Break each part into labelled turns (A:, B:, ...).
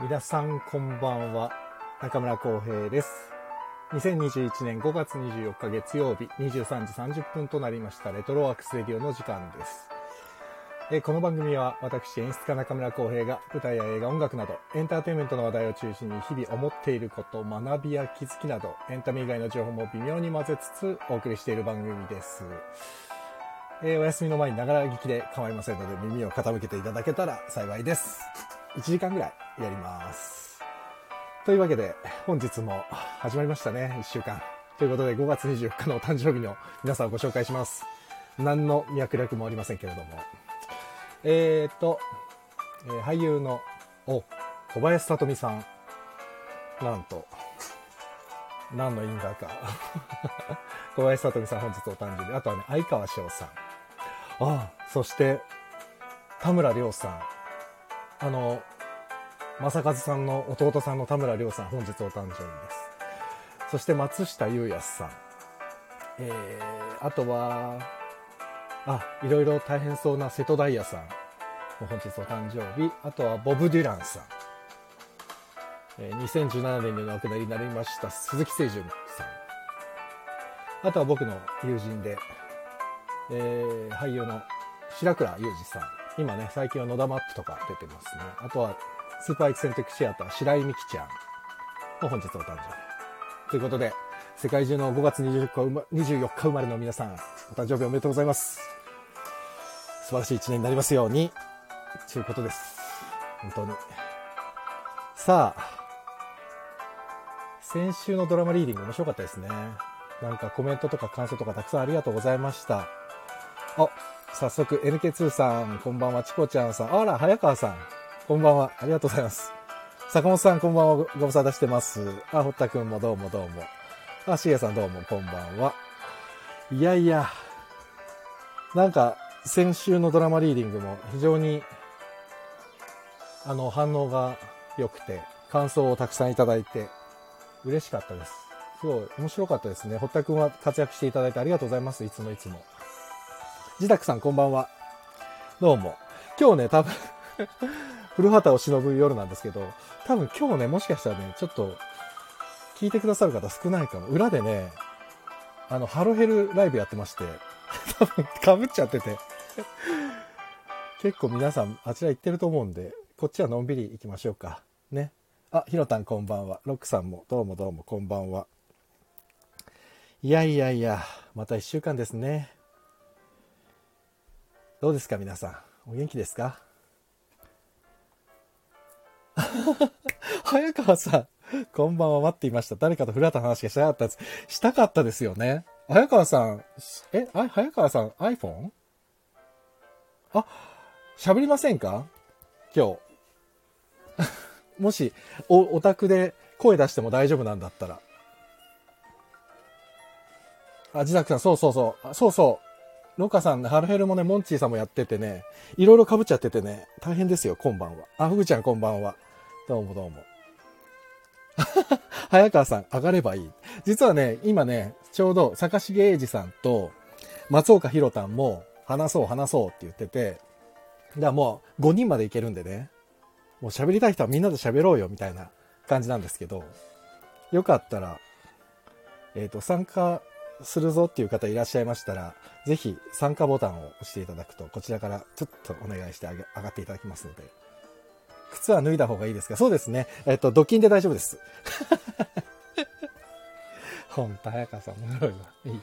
A: 皆さんこんばんは中村浩平です2021年5月24日月曜日23時30分となりましたレトロワークスレディオの時間ですえーこの番組は私演出家中村浩平が舞台や映画音楽などエンターテインメントの話題を中心に日々思っていること学びや気づきなどエンタメ以外の情報も微妙に混ぜつつお送りしている番組ですえーお休みの前にながら聞きで構いませんので耳を傾けていただけたら幸いです。1時間ぐらいやります。というわけで本日も始まりましたね、1週間。ということで5月24日のお誕生日の皆さんをご紹介します。何の脈略もありませんけれども。えーと、えー俳優のお小林聡美さん。なんと、何の因果か。 小林聡美さん本日お誕生日。あとはね、相川翔さん。ああ、そして、田村亮さん。あの、正和さんの弟さんの田村亮さん、本日お誕生日です。そして松下優也さん。えー、あとは、あ、いろいろ大変そうな瀬戸大也さん。も本日お誕生日。あとはボブ・デュランさん。えー2017年にお亡くなりになりました鈴木清純さん。あとは僕の友人で、えー俳優の白倉裕二さん。今ね、最近は野田マップとか出てますね。あとは、スーパーエキセントリックシアター、白井美希ちゃんも本日お誕生日。ということで、世界中の5月24日生ま24日生まれの皆さん、お誕生日おめでとうございます。素晴らしい一年になりますように、ということです。本当に。さあ、先週のドラマリーディング面白かったですね。なんかコメントとか感想とかたくさんありがとうございました。あ、早速 NK2 さん、こんばんは、チコちゃんさん。あら、早川さん、こんばんは。ありがとうございます。坂本さん、こんばんは。ごご無沙汰してます。あ、堀田くんもどうもどうも。あ、しげさんどうも、こんばんは。いやいや、なんか、先週のドラマリーディングも非常に、あの、反応が良くて、感想をたくさんいただいて、嬉しかったです。すごい、面白かったですね。堀田くんは活躍していただいてありがとうございます。いつもいつも。自宅さんこんばんは。どうも。今日ね、多分、 古畑を忍ぶ夜なんですけど、多分今日ね、もしかしたらね、ちょっと、聞いてくださる方少ないかも。裏でね、あの、ハロヘルライブやってまして、 多分、被っちゃってて。結構皆さん、あちら行ってると思うんで、こっちはのんびり行きましょうか。ね。あ、ひろたんこんばんは。ロックさんも、どうもどうもこんばんは。いやいやいや、また一週間ですね。どうですか皆さんお元気ですか 早川さん、こんばんは待っていました。誰かとフラット話がしたかったです。したかったですよね。早川さん、しえ、あ早川さん iPhone? あ、喋りませんか今日。 もし、お、お宅で声出しても大丈夫なんだったら。あ、自宅さん、そうそうそう。あそうそう。ロカさん、ハルヘルもね、モンチーさんもやっててね、いろいろ被っちゃっててね、大変ですよ、こんばんは。あ、フグちゃんこんばんは。どうもどうも。 早川さん、上がればいい。実はね、今ね、ちょうど坂重英二さんと松岡弘太も、話そう話そうって言ってて、だからもう5人までいけるんでね、もう喋りたい人はみんなで喋ろうよ、みたいな感じなんですけど、よかったら、えっ、と、参加するぞっていう方いらっしゃいましたら、ぜひ参加ボタンを押していただくと、こちらからちょっとお願いしてあげ上がっていただきますので。靴は脱いだ方がいいですかそうですね。えっと、ドキンで大丈夫です。ほんと、早川さん、面白いわ。いいな。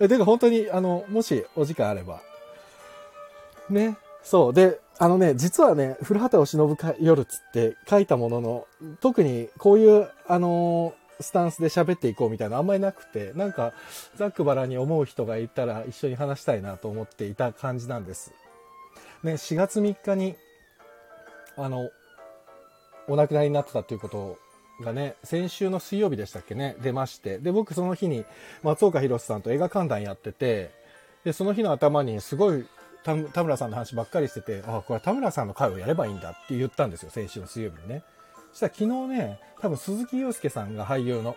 A: えてか、本当に、あの、もしお時間あれば。ね。そう。で、あのね、実はね、古畑を忍ぶか夜つって書いたものの、特にこういう、あのスタンスで喋っていこうみたいなあんまりなくて、なんか、ざっくばらんに思う人がいたら一緒に話したいなと思っていた感じなんです。ね、4月3日に、あの、お亡くなりになってたということがね、先週の水曜日でしたっけね、出まして。で、僕その日に松岡弘さんと映画観覧やってて、で、その日の頭にすごい田田村さんの話ばっかりしてて、あ、これは田村さんの回をやればいいんだって言ったんですよ、先週の水曜日にね。そしたら昨日ね、多分鈴木祐介さんが俳優の、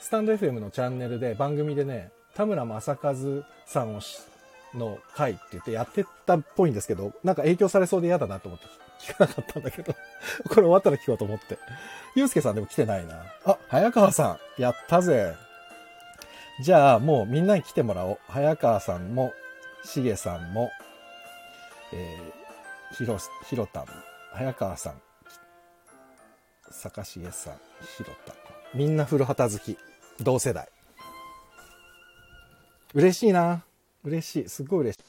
A: スタンド FM のチャンネルで番組でね、田村正和さんをしの会って言ってやってたっぽいんですけど、なんか影響されそうで嫌だなと思って聞かなかったんだけど、 これ終わったら聞こうと思って。ゆうすけさんでも来てないな。あ、早川さん、やったぜ。じゃあ、もうみんなに来てもらおう。早川さんも、しげさんも、えー、ひろ、ひろたん、早川さん、き坂重さん、ひろたん。みんな古畑好き。同世代。嬉しいな。嬉しい。すごい嬉しい。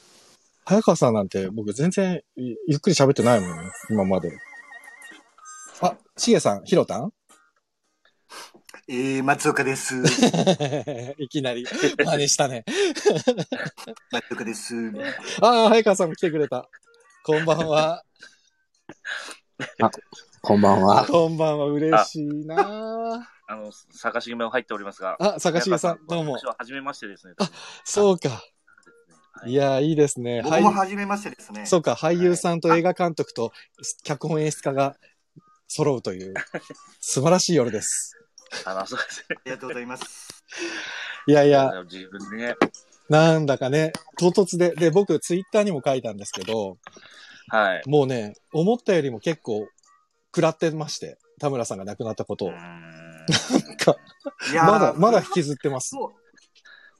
A: 早川さんなんて僕全然ゆゆっくり喋ってないもんね。今まで。あ、しげさん、ひろたん
B: えー、松岡です。
A: いきなり真似したね。
B: 松岡です。
A: ああ、早川さんも来てくれた。こんばんは。
C: こんばんは。
A: こんばんは。嬉しいな。
D: あの、坂重も入っておりますが。
A: あ、坂重さん、どうも
D: 私。は初めましてですね。多分
A: そうか。い、やー、いいですね。
B: 僕
A: い
B: も。初めましてですね。
A: そうか、俳優さんと映画監督と脚本演出家が揃うという、素晴らしい夜です。
D: あの、そうですね。
B: ありがとうございます。
A: いやいや、
D: 自分でね。
A: なんだかね、唐突で、で、僕、ツイッターにも書いたんですけど、
D: はい。
A: もうね、思ったよりも結構、食らってまして、田村さんが亡くなったことを
D: う。ーん
B: いやー
A: まだ、まだ引きずってます。
B: そう。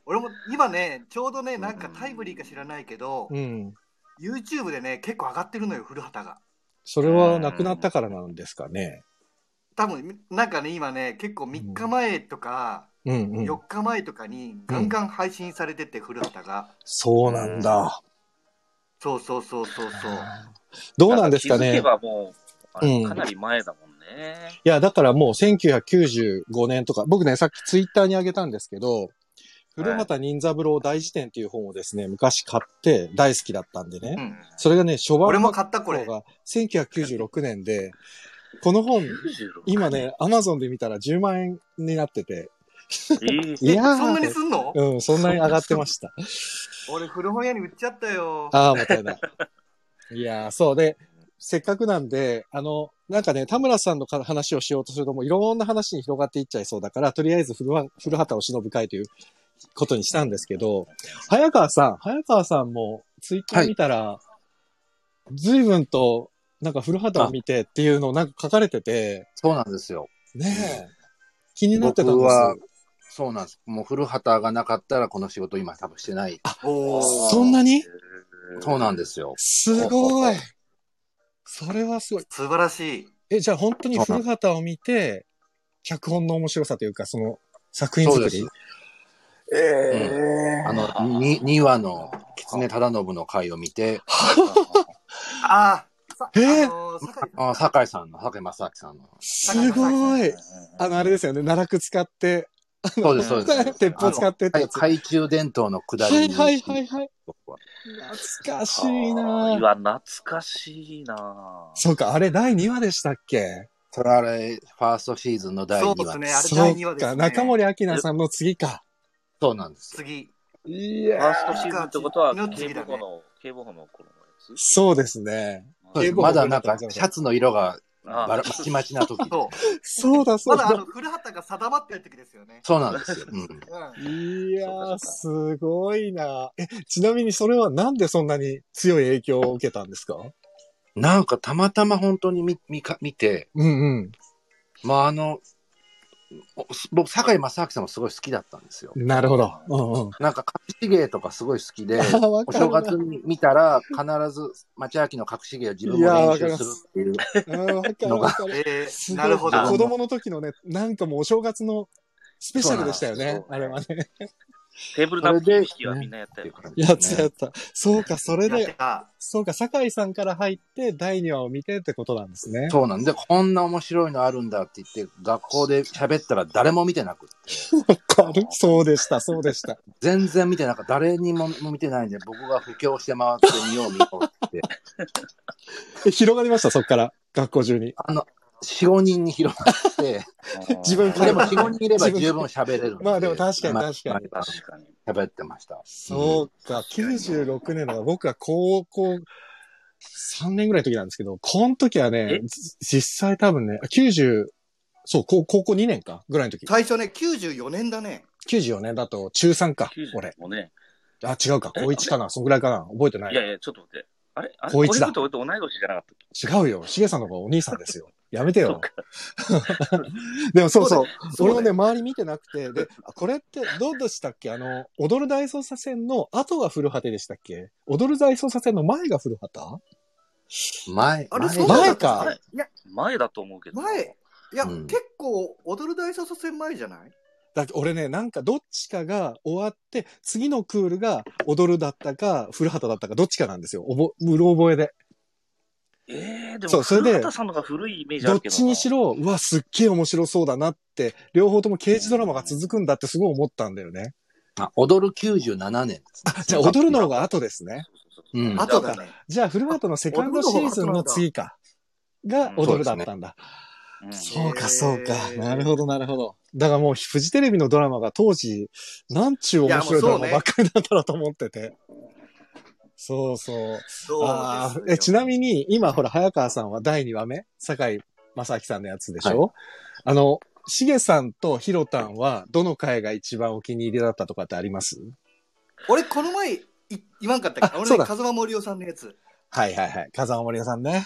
B: 俺も今ね、ちょうどね、なんかタイムリーか知らないけど、
A: うん。
B: YouTube でね、結構上がってるのよ、古畑が。
A: それは亡くなったからなんですかね。
B: 多分なんかね、今ね、結構3日前とか、
A: うんうん
B: 4。日前とかに、ガンガン配信されてて、古畑が。
A: そうなんだ。
B: そうそうそうそうそう。
A: どうなんですか
D: 気づけ
A: ね。
D: ばもう、あれ
A: うん
D: かなり前だもんね。
A: いや、だからもう1995年とか、僕ね、さっきツイッターにあげたんですけど、古畑任三郎大辞典っていう本をですね、昔買って大好きだったんで
B: う
A: ね。
B: ん、
A: それがね、初版
B: 俺も
A: の
B: 買ったこれ。
A: が1996年で、この本、
D: 96
A: 今。ね、アマゾンで見たら10万円になってて、
D: え
A: い
D: ー
B: え
A: やー
B: そんなにすんの
A: うん、そんなに上がってました。
B: 俺、古本屋に売っちゃったよ。
A: ああ、もったいない。いやー、そうで、せっかくなんで、あの、なんかね、田村さんのか話をしようとすると、もういろんな話に広がっていっちゃいそうだから、とりあえず古は古畑を忍ぶ会ということにしたんですけど、早川さん、早川さんもツイッター見たら、随分と、なんか古畑を見てっていうのをなんか書かれてて、
C: そうなんですよ。
A: ねえ、気になって
C: 僕
A: たんです
C: は、そうなんです。もう古畑がなかったらこの仕事今多分してない。
B: おー
A: そんなに
C: そうなんですよ。
A: すごいそれはすごい。
B: 素晴らしい。
A: え、じゃあ本当に古畑を見て、脚本の面白さというか、その作品
C: そう
A: 作
C: です
A: り。。
C: えあの、に2話の狐忠信の回を見て、
B: ああ、さ
A: えー
B: あのー酒井
C: あ酒井さんの、酒井正明さんの。
A: すごいあの、あれですよね、奈落使って、
C: そうです、そうで す。
A: 鉄砲使ってって
C: は
A: や
C: い、
A: つ。はい
C: 懐中電灯の下
A: は
C: り
A: い
C: に。
A: はいはいはい。
C: 僕は
A: 懐かしい
D: あーい
A: なぁ
D: や、懐かしいなぁ
A: そうか、あれ第2話でしたっけ
C: それあれ、ファーストシーズンの第
B: そうで
C: 2
B: す
C: 話。
B: ね、あれ
A: そ
B: 第2話
A: う
B: です、ね。
A: か、中森明菜さんの次か。
C: そうなんです。
B: 次。
A: い
D: ファーストシーズンってことは、警部補の、警部補の頃のやつ
A: そうですね。
C: そうです
A: 警部補
C: まだなんか、シャツの色が
D: あ
C: ばらまちまちな時。
B: そ
A: そうだ
B: う。
A: そ
B: ま
A: う
B: だあ
A: だ
B: の。古畑が定まってる時ですよね。
C: そうなんですよ。うん。
B: うん。
A: いや
D: そう
A: ー、
D: かそ
A: すごいなぁえ、ちなみにそれはなんでそんなに強い影響を受けたんですか
C: なんかたまたま本当に見見か見て、
A: うんうん。
C: まああの、お僕、堺正明さんもすごい好きだったんですよ。
A: なるほど。うんうん。
C: なんか隠し芸とかすごい好きで、
A: あ わ
C: お
A: かる
C: 正
A: わ
C: 月に見たら必ず町明の隠し芸を自分も練習するっていう。
A: うんわかる
C: のが
A: わかる。
B: え
A: す
B: ー、
A: ごい
B: なるほ
C: あの
A: 子
B: ど。
A: 供の時のね、なんかもうお正月のスペシャルでしたよね。
D: そう
A: あ
D: なん
A: れ
D: です
A: はね。
D: テーブルナップ引きはみんなやったよ。
A: やつやった。そうか、それ
B: やって
A: で、
B: た。
A: そうか、酒井さんから入って第2話を見てってことなんですね。
C: そうなんで、こんな面白いのあるんだって言って、学校で喋ったら誰も見てなくって、
A: わかるそうでした、そうでした。
C: 全然見てなかった、誰にも見てないんで、僕が布教して回ってみよう見ようって、
A: え広がりました、そっから。学校中に。
C: あの、4、5人に広 まって、
A: 自分
C: でも4、5人いれば十分喋れるんで。
A: まあでも確かに確かに
C: まあ
D: 確かに。
C: 喋ってました。
A: そうか、96年だから僕は高校3年ぐらいの時なんですけど、この時はね
D: え、
A: じ実際多分ね、あ90、そう、高高校2年かぐらいの時。
B: 最初ね、94年だね。
A: 94年だと中3か、
D: 90
A: 俺。
D: もね。
A: あ、違うか、高1かな、そんぐらいかな、覚えてない
D: い。やいや、ちょっと待って。あれあれ
A: 高一だ
D: 恋人と俺と同い年じゃなかったっ
A: 違うよ。しげさんの方がお兄さんですよ。やめて
D: けそっ
A: よ。
D: か
A: でもそうそう。
B: そう
A: 俺
B: だよ
A: もね、周り見てなくて、で、あこれってどうでしたっけあの、踊る大捜査線の後が古畑でしたっけ踊る大捜査線の前が古畑
C: 前、
B: あれ、
C: 前
B: そう
A: だ
B: だ
A: 前
B: っ
A: か
B: たあれいや、
D: 前だと思うけど。
B: 前。いや、
C: うん
B: 結構、踊る大捜査線前じゃない
A: だって俺ね、なんかどっちかが終わって、次のクールが踊るだったか、古畑だったか、どっちかなんですよ。おぼ、うろ覚えで。
D: えー、で
A: そ
D: も、
A: うそれで
D: 古畑さんのが古いイメージあ
A: どっ
D: るけどな。
A: ちにしろ、うわ、すっげえ面白そうだなって、両方とも刑事ドラマが続くんだってすごい思ったんだよね。
C: あ踊る97年ですね、
A: あ、 じゃあ踊るの方が後ですね。
D: そうそうそうそう。
C: うん
B: 後だね。
A: じゃあ、フルマートのセカンドシーズンの次か。が
D: うん
A: 踊るだったんだ。
D: うん
A: そうか、
B: へー
A: そうか。なるほど、なるほど。だからもう、フジテレビのドラマが当時、なんちゅう面白いドラマばっかりなんだろうと思ってて。そうそう。あ
B: そう
A: あ、え、ちな
B: に。
A: みに、今、ほら、早川さんは第2話目、坂井正明さんのやつでしょ、あの、しげさんとひろたんは、どの回が一番お気に入りだったとかってあります
B: 俺、この前、い言わんかったっけ
A: あ
B: 俺
A: そう
B: ね、
A: だ
B: 風間森夫さんのやつ。
A: はいはいはい。風間森夫さんね。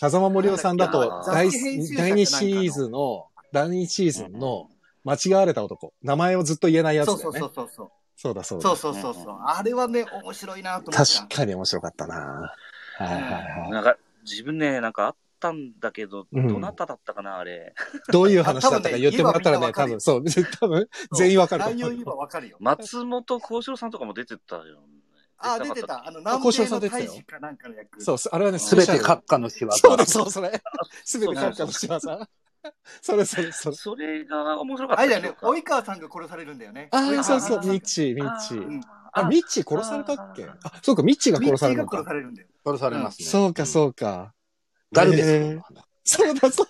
A: 風間森夫さんだ
D: なんだ
A: と
D: っ、けな
A: 第
B: 雑誌編集者
A: 第2シーズンの、第2シーズンの、間違われた男。名前をずっと言えないやつだ
B: そ
A: よ
B: う
A: ね。
B: そうそうそうそう。
A: そうだそうだ。
B: そうそうそうそう。あれはね、面白いなと思った。
A: 確かに面白かったなはいはいはい。
D: なんか、自分ね、なんかあったんだけど、
A: うん
D: どなただったかな、あれ。
A: どういう話だったか言ってもらったらね、
B: あ
A: 多
B: 多
A: 分、
B: 分
A: そう、多分、
B: そう
A: 全員わかると
B: 内
A: 思
B: 容
A: う
B: 言えばわかるよ。
D: 松本幸四郎さんとかも出てたよね。
B: あ、
D: な
B: 出
D: か
B: て
D: った
B: た。あの、南
A: 小四郎
B: 米
A: さん
B: の
A: 出てたよ
B: 大使かなんかの役。
A: そう、あれはね、
C: すべて
A: か
C: 閣下の仕業。
A: そうだ、そう、それ。すべて
D: そう
A: 閣下の仕業。それ、それ、それ。
D: それが面白かった
B: あれだよ
D: 記
B: ね
D: 憶、が
B: 及川さんが殺されるんだよね。
A: ああ、
B: 及
A: そうそ
B: 川さ
A: う、
B: んが
A: ミッチー、ミッチー。あ、
D: あ
A: ミッチー殺されたっけあ、そうか、ミッチーが
B: ミッ
A: 殺
B: チ
A: され
B: ー
A: る
B: が
A: のか
B: 殺。されるんだよ。
C: 殺されますね。
A: そうか、そうか。
C: 誰ですか、
A: えーそうだ、そうそう。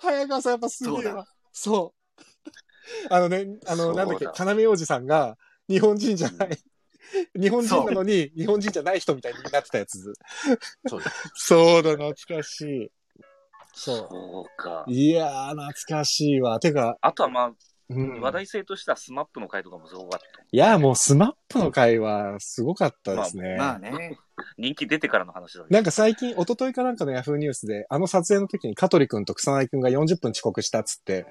A: 早川さんやっぱすごい
B: そう
A: わ。そう。あのね、あ
D: そ
A: の、
D: う
A: な
D: だ
A: んだっけ、要おじさんが日本人じゃない。日本人なのに、日本人じゃない人みたいになってたやつ。
C: そうです
A: そうだ、懐かしい。そ
D: そうか
A: う。。いやー、懐かしいわ。てか、
D: あとはまあ、
A: うん
D: 話題性としてはスマップの回とかもすごかった。
A: いやー、もうスマップの会はすごかったですね。
B: まあね。
D: 人気出てからの話だね。
A: なんか最近、一昨日かなんかのヤフーニュースで、あの撮影の時に香取くんと草薙くんが40分遅刻したっつって、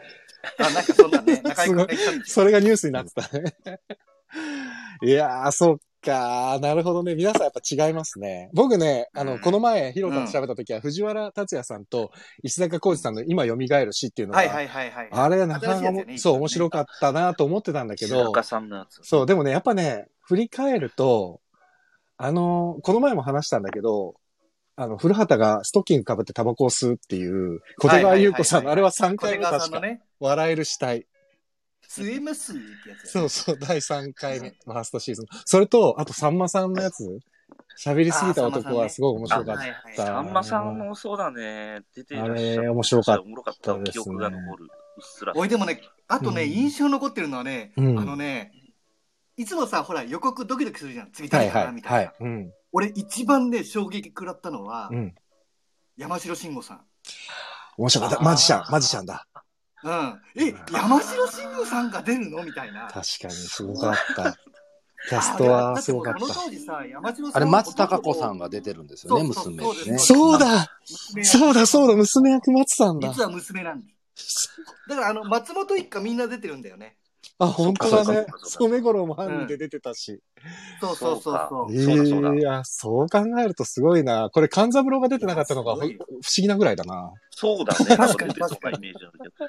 B: あ、なんかそんなね、仲良くできたんですよ
A: それがニュースになってた ね。いやー、そっかー。なるほどね。皆さんやっぱ違いますね。僕ね、あの、この前、ヒロタと喋った時は、藤原達也さんと石坂浩二さんの今蘇る詩っていうのが、
B: はいはいはいはい。
A: あれなかな
B: 新しい
A: か
B: やつ
A: も、
B: よね
A: そう、面白かったなと思ってたんだけ
D: 白
A: ど、
D: 岡さんのやつ。
A: そう、でもね、やっぱね、振り返ると、あの、この前も話したんだけど、あの、古畑がストッキング被ってタバコを吸うっていう、小手川優子さんの、あ
B: はい
A: れ
B: はいはいはい
A: は3
B: 小手
A: 回目
B: 川さ
A: 確
B: んの
A: か、
B: ね、
A: 笑える死体。
B: 吸えますってやつ
A: そうそう、第3回目、ファーストシーズン。それと、あと、さんまさんのやつ、喋りすぎた男はすごい面白かっ
B: った
A: た。
D: さんまさんもそうだね。出てらっしゃ
A: あ
D: っ
A: れ
D: た。
A: 面白かったですね
D: おもろかった記憶が残る。うっすら。
B: おいでもね、あとね、
A: うん
B: 印象残ってるのはね、
A: うん
B: あのね、いつもさ、ほら、予告ドキドキするじゃん。次
A: は
B: 誰
A: い
B: か
A: は
B: なみ
A: い。
B: たいな。
A: はい。うん。
B: 俺、一番ね、衝撃食らったのは、
A: うん。
B: 山城慎吾さん。
A: 面白かった。マジシャン、マジシャンだ。
B: うん。え、山城慎吾さんが出るのみたいな。
A: 確かに、すごかった。キャストはすごかっ
B: あだ
A: た
B: て。この当時さ、山城
C: あれ、松たか子さん
B: が。
C: が出てるんですよね、
B: そうそう
C: 娘にね。
A: そうだ
B: 娘
A: そうだそうだ娘役松さんだ
B: 実は娘なんです。だから、あの、松本一家みんな出てるんだよね。
A: あ、本当だ
D: そ
A: ね
D: うか。そうか
A: 染五郎も犯人で出てたし。
B: そうそうそう
D: そ
B: そうう。
A: い
D: んそうだそうだ
A: や、そう考えるとすごいな。これ、勘三郎が出てなかったのが
B: す
A: ほ
B: ご
A: 不
B: い
A: 思議なぐらいだな。
D: そうだね。
B: 確かに
D: 出てそうなイメージあるけど。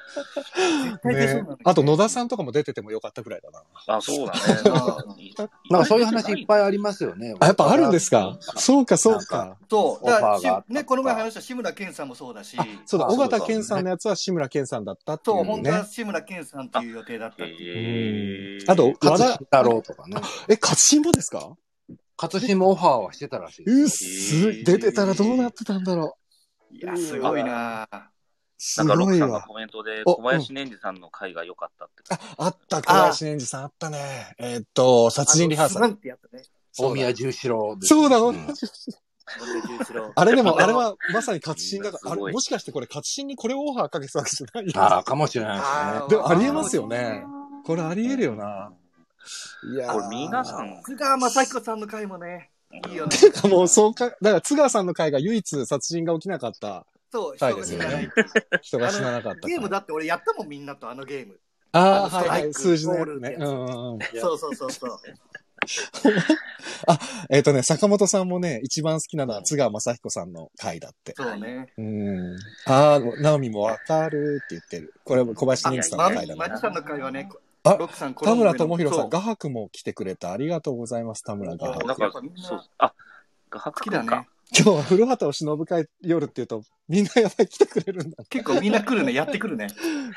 B: 絶対出そう
A: ね
B: なのよね
A: あと、野田さんとかも出ててもよかったぐらいだな。
D: あ、そうだ ね。
C: なんかそういう話いっぱい
D: い。
C: ありますよね。
A: あ、やっぱあるんですかそうか、そう
C: なん
A: か。
B: そう。だか
C: オファーが
B: ら、
C: あった
B: しね、この前話した志村けんさんもそうだし
A: あ、、そうだ、
C: あ
A: 尾
C: そうだ
A: 形健さんのやつは志村健さんだったってい
B: そう、
A: う
B: 本当
A: ね
B: は。志村けんさんっていう予定だったっていう。
D: へ
A: う
D: ー
A: んあと、、和
C: 勝
A: 田、
C: 太郎とかね。
A: え、勝新もですか
C: 勝新もオファーはしてたらしいです
A: う
C: よ。
A: っす、出てたらどうなってたんだろう。
B: いや、すごいなぁ
A: す
D: なんか、ロ
A: ご
D: ク
A: い
D: さんの
A: わ。
D: コメントで、
A: お
D: 小林蓮司さんの回が良かったって。
A: あ、あった、小林蓮司さんあったね。えーっと、殺人リハーサ
B: あ
A: ル
B: のスワン。ってやった ね。
C: 大宮十四郎です
A: そうだ、
C: う
A: 同
C: ん
A: じ
B: 小宮一郎
A: あれで も、
D: でも
A: あれはまさに勝新だか
D: す
A: ら、あ
D: ごい
A: れ、もしかしてこれ勝新にこれをオファーかけてたわけじゃない
C: ああ、かもしれない
B: あー
A: でもありえますよね。これありえるよな。いや
D: これ皆さん
B: 津川雅彦さんの回もね。い いよね。
A: てかもうそうか、だから津川さんの回が唯一殺人が起きなかった、
B: そう、
A: そう
B: 人
A: で
B: が
A: す
B: 死
A: よね
B: なない。
A: 人が死ななかった回。
B: ゲームだって俺やったもん、みんなとあのゲーム。
A: ああ、はいは
B: あのストライ
A: い、
B: ク
A: 数字のや
B: ボ
A: つ
B: ールっ
A: ね
B: て。や
A: うん
B: つ
A: うんうん。
B: そうそうそうそう。
A: えっ、とね、坂本さんもね、一番好きなのは津川雅彦さんの回だって。
B: そうね。
A: うん。ああ、ナオミもわかるって言ってる。これも小林仁さんの
B: マ
A: 回だ
B: ミ
A: ね
B: マ。ジさんの会はね、
A: あ
B: ロックさん、こ
A: 田村智
B: 弘
A: 弘さん、画伯も来てくれた。ありがとうございます、田村画伯。
D: なん
B: やっ
D: か
B: ぱみん、な
D: そう。あ、画伯
B: 好き
D: 君
B: だ
D: か
B: ね。。
A: 今日は古畑を忍ぶ会夜っていうと、みんなやっぱり来てくれるんだ。
B: 結構みんな来るね、やってくるね。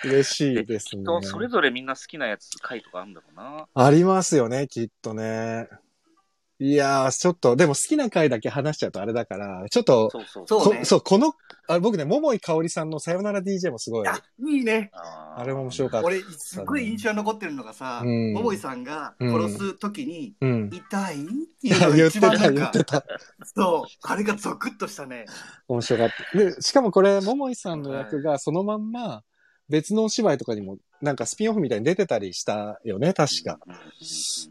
A: 嬉しいですね。
D: 人 それぞれみんな好きなやつ、回とかあるんだろうな。
A: ありますよね、きっとね。いやー、ちょっと、でも好きな回だけ話しちゃうとあれだから、ちょっと、
D: そうそう
B: そうね
A: こそう、この、あ僕ね、桃井かおりさんのさよなら DJ もすごい、
B: あいいね。
D: あー
A: あれも面白かった。
B: 俺、すっごい印象に残ってるのがさ、
A: うん
B: 桃井さんが殺すときに、
A: うん。
B: 痛いって
A: 言
B: いうのが
A: って
B: 一番な
A: た、
B: ん
A: 言
B: か
A: って、た。
B: そう、あれがゾクッとしたね。
A: 面白かった。で、しかもこれ、桃井さんの役がそのまんま、別のお芝居とかにも、なんかスピンオフみたいに出てたりしたよね、確か。。
D: うんうんうん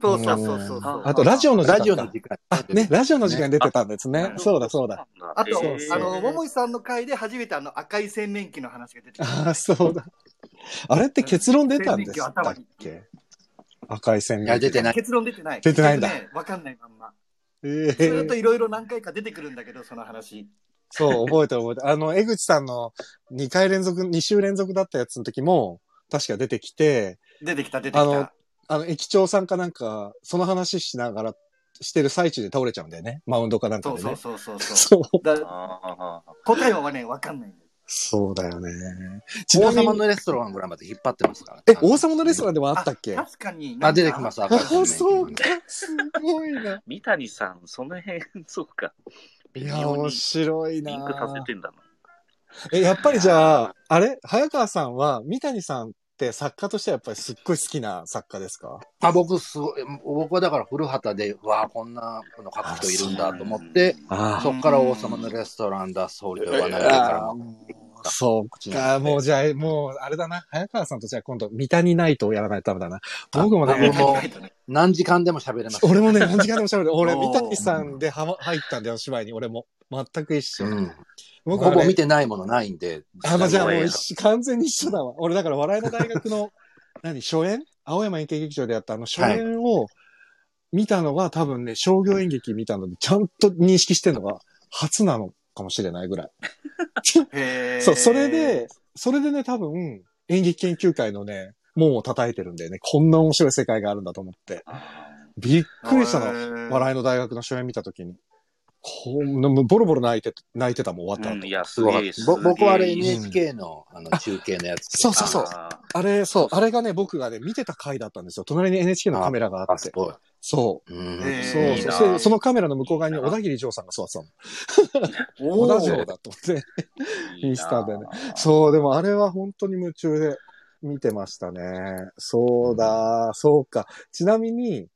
B: そうそうそうそう。
A: ん
B: そう
A: あと、ラジオの時間
C: ラ
A: か。
C: ジオの時間。
A: あ、ね、ラジオの時間に出てたんですね
D: う。ん
A: そうだ、そうだ。。
B: あと、
A: そうそう
B: あの、桃
D: 井
B: 井さんの回で初めてあの赤い洗面器の話が出てきた。
A: あー、そうだ。あれって結論出たんでしたっ
B: 洗面器を頭に
A: け赤い線
C: いや、出てない。
B: 結論出てない。
A: 出てないんだ
B: 結局ねわかんないまんま。
A: え
B: ずーっと
A: ー
B: いろいろ何回か出てくるんだけど、その話。
A: そう、覚えてる覚えてる。 あの、江口さんの2回連続、2週連続だったやつの時も、確か出てきて、
B: 出てきた、出てき
A: あの
B: た。
A: あの、駅長さんかなんか、その話しながら、してる最中で倒れちゃうんだよね。マウンドかなんか
B: そ
A: で
B: う
A: ね。
B: そうそうそうそう。
A: そう。
B: だ
D: あー
B: 答えはね、わかんない。
A: そうだよね。ちな
C: 王
A: みに
C: 様のレストランぐらいまで引っ張ってますから。
A: え、王様のレストランでもあったっけ
B: 確かに。。
C: あ、出てきますす。赤いですね
A: あ、そうか。すごいな。
D: 三谷さん、その辺、 そうか。
A: い
D: 微
A: や、
D: 妙
A: 面
D: に
A: 白い
D: リンクさ
A: な
D: せ。てんだな。
A: え、やっぱりじゃあ、あれ早川さんは、三谷さんって作家としてはやっぱりすっごい好きな作家ですか
C: あ僕すごい、僕はだから古畑で、わあ、こんなの書く人いるんだと思って、
A: あ
C: そっから王様のレストランだ、総理と呼ばない
A: あ
C: か。
A: そうか。もうじゃあ、もう、あれだな。早川さんとじゃあ今度、三谷ナイトをやらないとダメだな。僕もだ、
C: あ
A: 俺
C: 僕
A: も
C: も、ら、何時間でも喋れま す。
A: 俺もね、何時間でも喋る。俺、
B: お
A: 三
B: ー
A: 谷さんではま入ったんだよ、芝居に。俺も。全く一緒。
C: うん、
A: 僕は
C: ほ
A: ね
C: ぼ見てないものないんで。
A: あ、まあ、じゃあも
D: す
A: う
D: ごい
A: 一緒完全に一緒だわ。俺だから笑いの大学 の、何、初演青山演劇劇場でやったあの初演を見たのが、多分ね、商業演劇見たので、ちゃんと認識してるのが初なのかもしれないぐらい。
B: へー
A: そう、それで、、それでね、多分演劇研究会のね、門を叩いてるんだよね。こんな面白い世界があるんだと思って。びっくりしたの。
B: 笑
A: 笑いの大学の初演見たときに。こんな、もうボロボロ泣いて、泣いてたもん終わった
D: う
A: 後、
D: ん、いや、す
C: すご
D: げ
C: い
D: え、すげえ。
C: ぼ僕はあれ
A: ね
C: NHK の,、あの中継のやつ。
A: そうそうそう。
D: あー
A: あれ、そう、あれがね、僕がね、見てた回だったんですよ。隣に NHK のカメラがあ
C: あ、
A: って
C: す。ごい。
A: そうう。
C: ん。
B: えー
A: そう
D: いい
A: そ
D: な
A: う。そのカメラの向こう側に小田切丈さんが座ってたの。
B: お
A: 小
B: ー
A: 田城だと思って。
D: いいな
A: インスタでねそう、でもあれは本当に夢中で見てましたね。そうだ、そうか。ちなみに、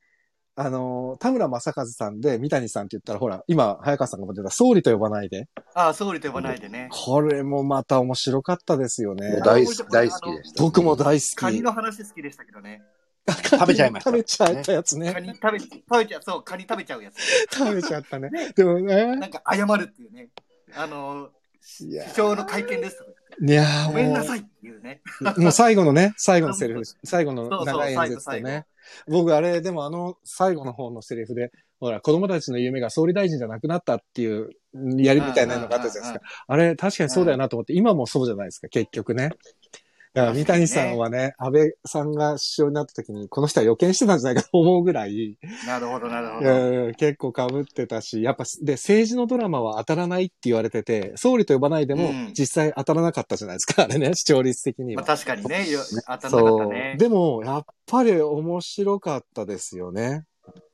A: あの、田村正和さんで三谷さんって言ったら、ほら、今、早川さんが持ってた、総理と呼ばないで。
B: あ、総理と呼ばないでね。
A: これもまた面白かったですよね
C: もう。大好き、大好きでした。
A: 僕も大好き。
B: カニの話好きでしたけどね。
A: 食
C: べちゃいました
A: 食べちゃったやつね
B: カ。ニ食べ、食べちゃう、そう、カニ食べちゃうやつ。
A: 食べちゃったね。でも
B: な
A: ね。
B: んか謝るっていうね。あの、
A: いや
B: 首相の会見ですとか。
A: いや
B: ごめんな
A: ー
B: さいっていうね。
A: もう、もう最後のね、最後のセリフ、最後の長い演説で
B: そうそう最後最
A: ね。僕あれ、でもあの最後の方のセリフで、ほら、子供たちの夢が総理大臣じゃなくなったっていう、やりみたいなのがあったじゃないですか。あれ、確かにそうだよなと思って、今もそうじゃないですか、結局ね。だから、三谷さんはね、安倍さんが首相になった時に、この人は予見してたんじゃないかと思うぐらい、
B: なるほど、なるほど。
A: うん結構被ってたし、やっぱ、で、政治のドラマは当たらないって言われてて、総理と呼ばないでも
B: うん、
A: 実際当たらなかったじゃないですか、 あれね、視聴率的に
B: ま
A: は。
B: あ確かにね、よ当たんなかった
A: そう
B: ね。。
A: でも、やっぱり面白かったですよね。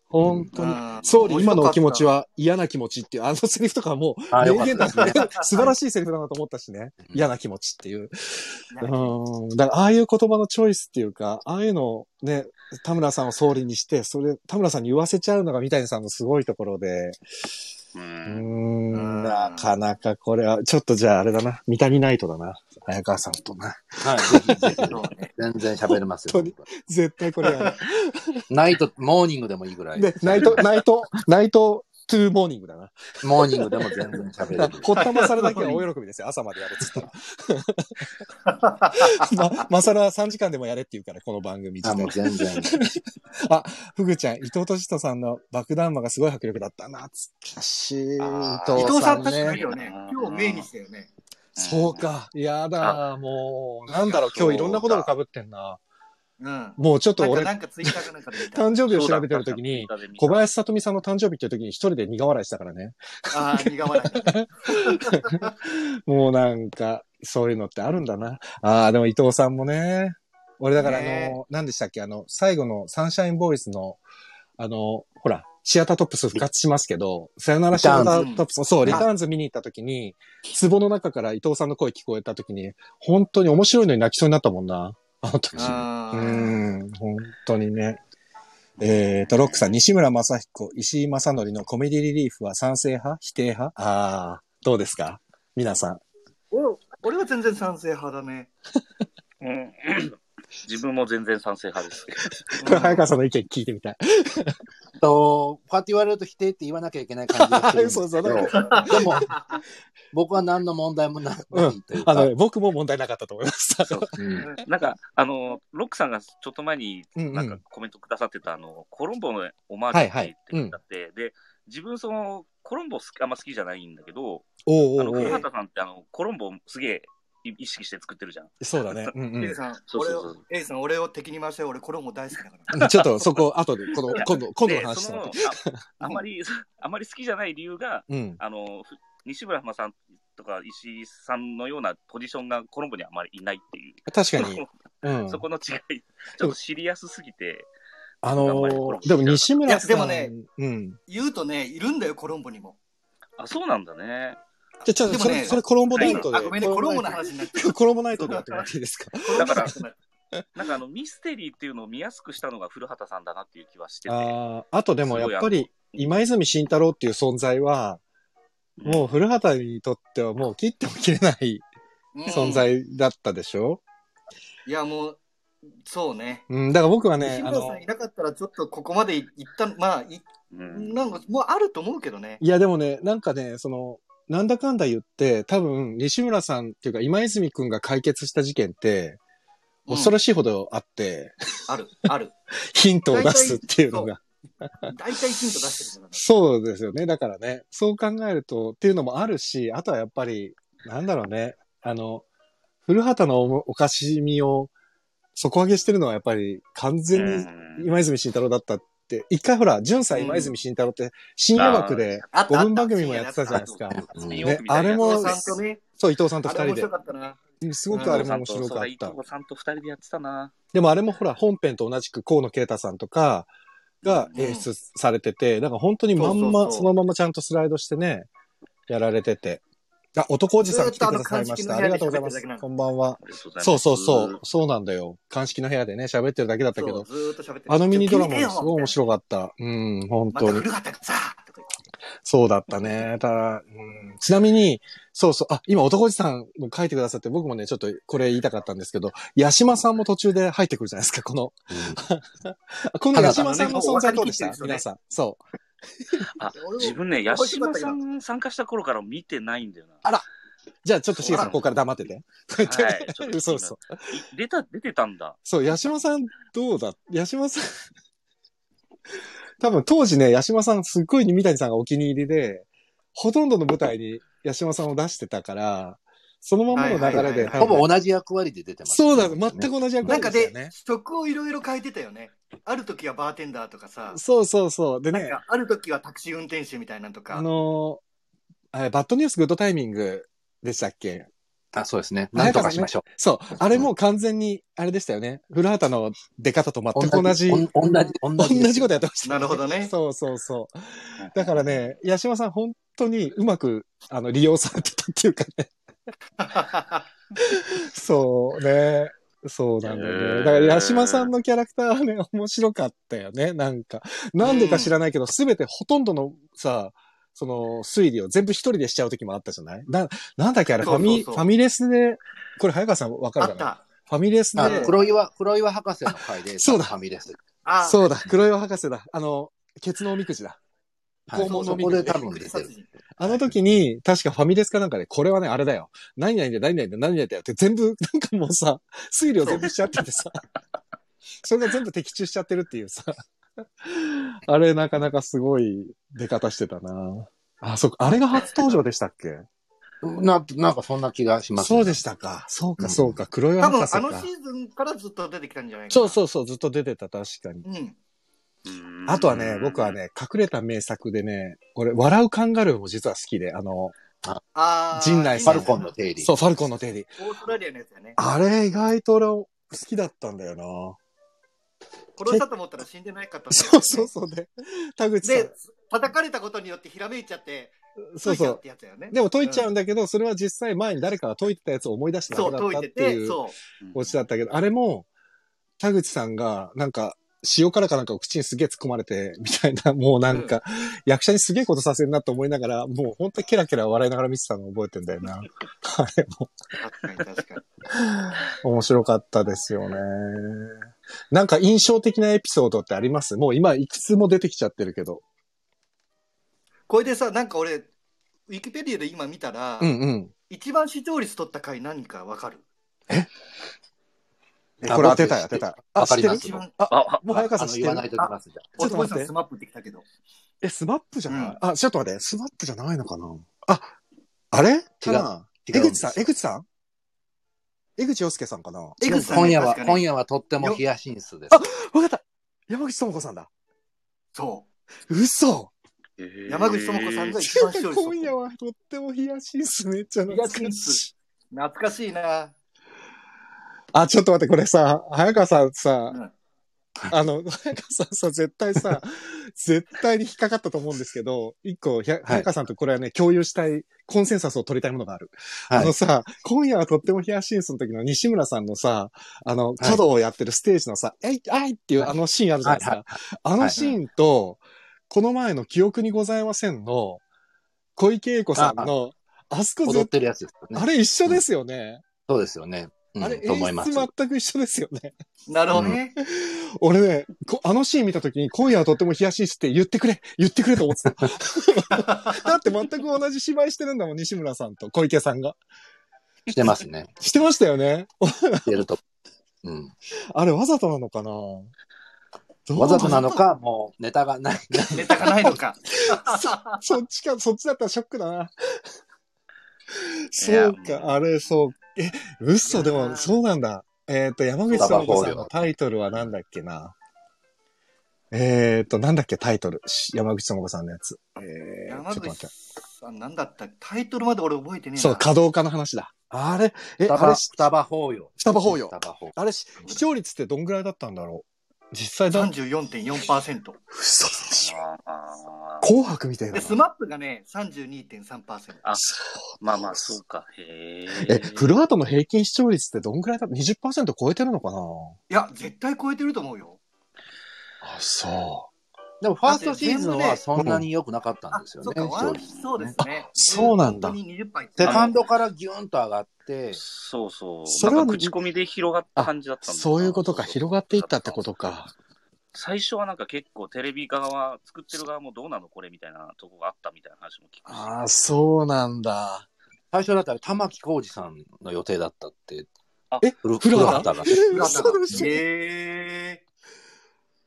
A: 本当に。
B: うん
A: 総理、今のお気持ち。は嫌な気持ちっていう、あのセリフとかはもう、
C: あ、よか
A: 名言
C: った
A: だ
C: で
A: し、
C: すね。
A: 素晴らしいセリフだなと思ったしね。
C: うん
A: 嫌な気持ちっていう。
B: 面白かっ
A: うん。だから、ああいう言葉のチョイスっていうか、ああいうのをね、田村さんを総理にして、それ、田村さんに言わせちゃうのが三谷さんのすごいところで、
D: う
A: うーん、
D: ん。
B: ん
A: なかなかこれは、ちょっとじゃああれだな、三谷ナイトだな、早川さんとな。
C: はい、ぜひぜ
B: た
C: ひ
B: そうね
C: 全然喋れますよ
A: 本。絶対これやる。
C: ナイト、モーニングでもいいぐらい。
A: で、ナイト、ナイト、ナイトトゥーモーニングだな。
C: モーニングでも全然喋れ
A: だ
C: る。
A: ほったまさるだけは大喜びですよ。朝までやれっつ ったら。ま、まさら3時間でもやれって言うから、この番組
C: あ、
A: 自
C: も
A: 体
C: う。全然。
A: ふぐちゃん、伊藤敏人さんの爆弾魔がすごい迫力だったな。懐かしい。伊
D: あー
B: 伊藤さん確
A: ね
B: かによね。今日目にしたよね。
A: そうか。やだ。もう、なんだろう。今日いろんなことが被ってんな。
B: うん。
A: もうちょっと
B: なんか
A: 俺、
B: なんかツイッターかなんかで見た。
A: 誕生日を調べてるときに、小林さとみさんの誕生日っていうときに一人で苦笑いしたからね。
B: ああ、苦笑い。
A: もうなんか、そういうのってあるんだな。ああ、でも伊藤さんもね。俺だからあ
B: ね
A: の、何でしたっけあの、最後のサンシャインボーイスの、あの、ほら、シアタートップス復活しますけど、さよならシアタートップス、そう、リターンズ見に行った時に、壺の中から伊藤さんの声聞こえた時に、本当に面白いのに泣きそうになったもんな。あの時。
B: あ
A: う
B: ー
A: ん、本当にね。えー、と、ロックさん、西村正彦、石井正則のコメディリリーフは賛成派否定派ああ、どうですか皆さん。
B: お俺は全然賛成派だね。
D: うん自分も全然賛成 派です。
A: これ、早川さんの意見聞いてみたい。
C: と、こうやって言われると否定って言わなきゃいけない感じがするんです
A: そうそう
C: けどでも、僕は何の問題もなないという
A: あ
C: か、
A: の、僕も問題なかったと思いました。
C: うん
D: なんか、あの、ロックさんがちょっと前に
A: うん
D: なんかコメントくださってた、あの、コロンボのオマージュって言ってて、で、自分その、コロンボ好きあんま好きじゃないんだけど、
A: お
D: あ
A: うおう
D: の、
A: お
D: 古
A: う
D: 畑さんってあの、コロンボすげえ意識して作ってるじゃん。
A: そうだね。うんう
B: A
A: ん
B: さん、
D: そうそうそう
B: 俺を、A さん、俺を敵に回して、俺、これも大好きだから。
A: ちょっとそこ、後で、この、今度、今度の
D: で
A: 話し
D: そ
A: たら
D: の。ああまり、 あまり好きじゃない理由が、
A: うん。
D: あの、ふ西村浜さんとか石井さんのようなポジションがコロンボにあまりいないっていう。
A: 確か に。うん。
D: そこの違い、ちょっと知りやすすぎて、
A: あの
D: 頑張れコロン
A: ー、で
D: ボ
A: も西村さん。
B: いやでもね、
A: うん。
B: 言うとね、いるんだよ、コロンボにも。
D: あ、そうなんだね。
A: じゃ、ちょっ
B: で
A: と、
B: も
A: そ
B: ね
A: れ、それコロンボナイトで。
B: あ、ごめんね、コロンボの話になっちゃ う。
A: コロンボナイトでやってもらっていいですか
D: だから
B: コロンボの話になっちゃ
D: なんかあの、ミステリーっていうのを見やすくしたのが古畑さんだなっていう気はしてて。
A: ああ、あとでもやっぱり、今泉慎太郎っていう存在は、もう古畑にとってはもう切っても切れないう
B: うん
A: 存。在だったでしょ、
B: いや、もう、そうね。
A: うん、だから僕はね
B: 西、
A: あ
B: 村さ
A: の
B: んい、なかったら、ちょっとここまでいった、まあ、い
D: うん。
B: なんか、もうあると思うけどね。
A: いやでもね、なんかね、その、なんだかんだ言って、多分、西村さんっていうか、今泉くんが解決した事件って、
B: うん
A: 恐ろしいほどあって、
B: ある、ある。
A: ヒントを出すっていうのが。
B: 大体ヒント出してるからね。
A: そうですよね。だからね、そう考えると、っていうのもあるし、あとはやっぱり、なんだろうね、あの、古畑のおおかしみを底上げしてるのはやっぱり完全に今泉慎太郎だったって、一回ほら、淳さん今泉慎太郎って深夜枠で
B: あった
A: 5
B: あった
A: 分番組もやってたじゃないですか。
C: うん
D: うん
A: ね、あれ
B: 伊
A: も
B: 藤、さんとね、
A: そう、伊藤さんと
B: あ
A: 二
B: れ
A: 人
B: 面
A: で
B: 白かったな。
A: うん、すごくあれも面白かっ
D: 伊
A: た。
D: 藤さんと二人でやってたな。
A: でもあれもほら、本編と同じく河野啓太さんとかが演出されてて、なんか本当にまん
B: そうそうそ
A: ま、
B: う
A: そのままちゃんとスライドしてね、やられてて。あ、男おじさん来てくださいまし
B: ずー
A: た。
B: っとあの
A: ありがとうございま
B: 鑑識の部屋で喋ってるだ
A: す。こ
B: けなの
A: んばんは。
D: ありがとうございます
A: そうそうそう。。そうなんだよ。鑑識の部屋でね、喋ってるだけだったけど、
B: そうずーっと喋ってる
A: あのミニドラマもすごい面白かった。うん、本
B: ま
A: 当
B: た
A: に
B: 古。畑がさ、とか
A: そうだったね。ただ、うん、ちなみに、そうそう、あ、今男おじさんも書いてくださって、僕もね、ちょっとこれ言いたかったんですけど、八島さんも途中で入ってくるじゃないですか、この。この八島さんの存在どうでした、皆さん。そう。
D: あ、自分ね、八島さん参加した頃から見てないんだよ な。
A: じゃあちょっとしげさん、ここから黙ってて。
D: はいちょっと
A: そうそう。
D: い出た、出てたんだ。
A: そう、八島さんどうだ八島さん。 多分当時ね、八島さんすっごい三谷さんがお気に入りで、ほとんどの舞台に八島さんを出してたから、そのままの流れで。
B: はいはいはいはい
A: 多
C: ほ
A: 分
C: ぼ同じ役割で出てます。
A: そうだ、全く同じ役
B: な
A: 割
B: んか
A: でしたよ
B: で
A: ね。、
B: 職をいろいろ変えてたよね。ある時はバーテンダーとかさ、
A: そうそうそう。で
B: なん
A: ね、
B: かある時はタクシー運転手みたいなのとか。
A: あのーあれバッドニュースグッドタイミングでしたっけ
C: あ、そうですね。なんとかしましょ
A: そう、あれもう完全に、あれでしたよね。古畑の出方と
C: う。
A: 全く同じ、
C: 同じ、同じ、同
A: 同
C: じです
A: じことやってました、
B: なるほどね
A: そうそうそう。だからね、八島さん本当にうまく、あの、利用されてたっていうかね。 そうね。そうなんだよ
D: へ
A: ね。
D: ー
A: だから、八島さんのキャラクターはね、面白かったよね。なんか。なんでか知らないけど、すべてほとんどのさ、その推理を全部一人でしちゃう時もあったじゃないな、なんだっけあれ、フ
B: そ
A: ァ
B: うそうそう
A: ミ、ファミレスで、これ早川さんわか
B: あ
A: る
B: っ
A: かな
B: た。
A: ファミレス
C: あ
A: で、
C: 黒岩、黒岩博士の回で、
A: そうだ
C: ファミレス。
B: あ
A: そうだ、黒岩博士だ。あの、ケツのおみくじだ。肛門
C: そ
A: の
C: こ
A: 見
C: で
A: る
C: 多分出てる。
A: あの時に、確かファミレスかなんかで、これはね、あれだよ。何々で何々で何々だよって全部、なんかもうさ、推理を全部しちゃってて さ、それが全部的中しちゃってるっていうさ、あれなかなかすごい出方してたなあ、そっか、あれが初登場でしたっけ
C: な、なんかそんな気がします、
A: そうでしたか。そうか、そうか。黒岩
B: 多
A: 博
B: 分
A: 士
B: あの
A: か
B: シ。ーズンからずっと出てきたんじゃないかな。
A: そうそうそう、ずっと出てた、確かに。
B: う。うん。
A: あとはね、僕は、ね、隠れた名作でね、俺、笑うカンガルーも実は好きで、あの、
B: ああ。
A: 陣内
C: フ
A: さ
C: ァ
A: ん
C: ルコンの定理。
A: そう、ファルコンの定理。
B: オーストラリアのやつやね。
A: あれ、意外と俺、好きだったんだよな
B: 殺したと思ったら死んでないかったんだよね、
A: そうそうそうで、田口さん
B: で。、叩かれたことによってひらめいちゃって、
A: そう
B: 解いち
A: そ
B: ゃうっ
A: う。
B: てやつやね。
A: でも解いちゃうんだけど、それは実際前に誰かが解いてたやつを思い出してなく
B: そう、
A: なった
B: 解
A: っ
B: いて
A: てい
B: て、
A: う
B: そ
A: オチだったけど、あれも、田口さんが、なんか、塩辛かなんかを口にすげえ突っ込まれて、みたい な、もうなんか、役者にすげえことさせるなと思いながら、もう本当にケラケラ笑いながら見てたのを覚えてんだ よな。あれも、
B: う。確かに確かに。
A: 面白かったですよね。なんか印象的なエピソードってありますもう今いくつも出てきちゃってるけど。
B: これでさ、なんか俺、ウィキペディアで今見たら、
A: うんうん。
B: 一番視聴率取った回何かわかる
A: え
C: あ
A: これ当てたい当て
C: 僕
A: たい。
C: わかりま
A: 知
C: す
A: って
B: 一番、
A: る
D: ああ
A: あ、もう早川さ
C: あ
A: ん
C: の
A: 知って
C: 言わ
A: る
C: ないときますじ
A: ちょ
C: ゃ
A: っと
B: 男
A: 待
B: さ
A: って
B: んスマップってきたけど。
A: え、スマップじゃない、
B: うん
A: あ、ちょっと待って、スマップじゃないのかなあ、あれかな
C: 違う
A: 江口さん
C: 違、うん
A: 江口さん江口洋介さんかなわ
B: 江口
C: あ。
B: さんね
C: 今夜は、
B: 確かね
C: 今夜はとってもヒヤシンスです。
A: かった山口智子さんだ
B: そ
A: 嘘
B: う。山口智子さんが一番視聴率
A: 今
B: 取っ
A: 夜
B: た。
A: はとっても冷やしいっすめっちゃ懐か
B: 冷やしいっ
A: しい
B: す。懐かしいな。
A: あ、ちょっと待って、これさ、早川さんさ
B: う、ん。
A: あの、早川さんさ、絶対さ、絶対に引っかかったと思うんですけど、一個、ひゃ早川さんとこれはね、共有したい、コンセンサスを取りたいものがある。
C: はい
A: あのさ、今夜はとってもヒヤシンスの時の西村さんのさ、あの、角をやってるステージのさ、えい、あいっていうあのシーンあるじゃないです
C: はい
A: か。あのシーンと、この前の記憶にございませんの、小池栄子さんの、あそこ
C: 踊っ
A: 絶
C: てるやつですよね。
A: あれ一緒ですよね。
C: そうですよね。うん
A: あれ
C: と
A: 演
C: 思いま
A: 出
C: す。
A: 全く一緒ですよね。
B: なるほどね。
A: 俺ね、こあのシーン見たときに、今夜はとっても冷やしいっすって言ってくれ言ってくれと思ってた。だって全く同じ芝居してるんだもん、西村さんと小池さんが。
C: してますね。
A: してましたよね。
C: してると。うん。
A: あれわざとなのかな
C: わざとなの
A: か
C: か、もうネタがない。
B: ネタがないのか。
A: そっちか、そっちだったらショックだな。
D: い
A: そ
D: や
A: うか、あれ、そう。え、嘘、で
B: いや
A: も、
B: ー
A: そうなんだ。えっ、と、山口智子さんのタイトルはなんだっけな。えっ、と、なんだっけ、タイトル。し山口智子さんのやつ。えー、
B: 山
A: ちょっと待って
B: 口。さん、なんだったタイトルまで俺覚えてねえな。
A: そう、稼働家の話だ。あれ、え、
C: 双
A: あれ
C: 葉、
A: し、
C: 双葉法要。
A: 双葉法要
C: 双葉法
A: あれし、視聴率ってどんぐらいだったんだろう実際だ、
B: 34.4%。
A: 嘘でしょ。
D: あー
A: 紅白みたいだ
B: で、
A: な
B: ス。マップがね、32.3%。
D: あ
A: そう
D: まあまあ、そうか。へ
A: え、
D: え。
A: フルアートの平均視聴率ってどんぐらいだ ?20% 超えてるのかない
B: や、絶対超えてると思うよ。
A: あ、そ
C: でも、ファーストシーズンはそんなに良くなかったん
B: あ、
C: ですよ
B: そ
C: ね
B: う。か、
C: 視
B: ワ
C: 聴
B: ン
C: 率
B: そうですね。
A: そうなんだ
B: 本当に20杯
C: セカンドからギューンと上がって、
D: そうそう。
A: そ
D: そ
A: れ
D: れ
A: は
D: は口コミで広がった感じだっ
A: う。
D: たんだ。
A: そういうことか。広がっていったってこととか。
D: 最初はなんか結構テレビ側、作ってる側もどうなのこれみたいなとこがあったみたいな話も聞くし。
A: ああ、そうなんだ。
C: 最初だったら玉置浩二さんの予定だったって。
A: え
C: 古
A: 古
C: 古
A: 畑
C: 畑が。
A: 嘘でしょ
B: え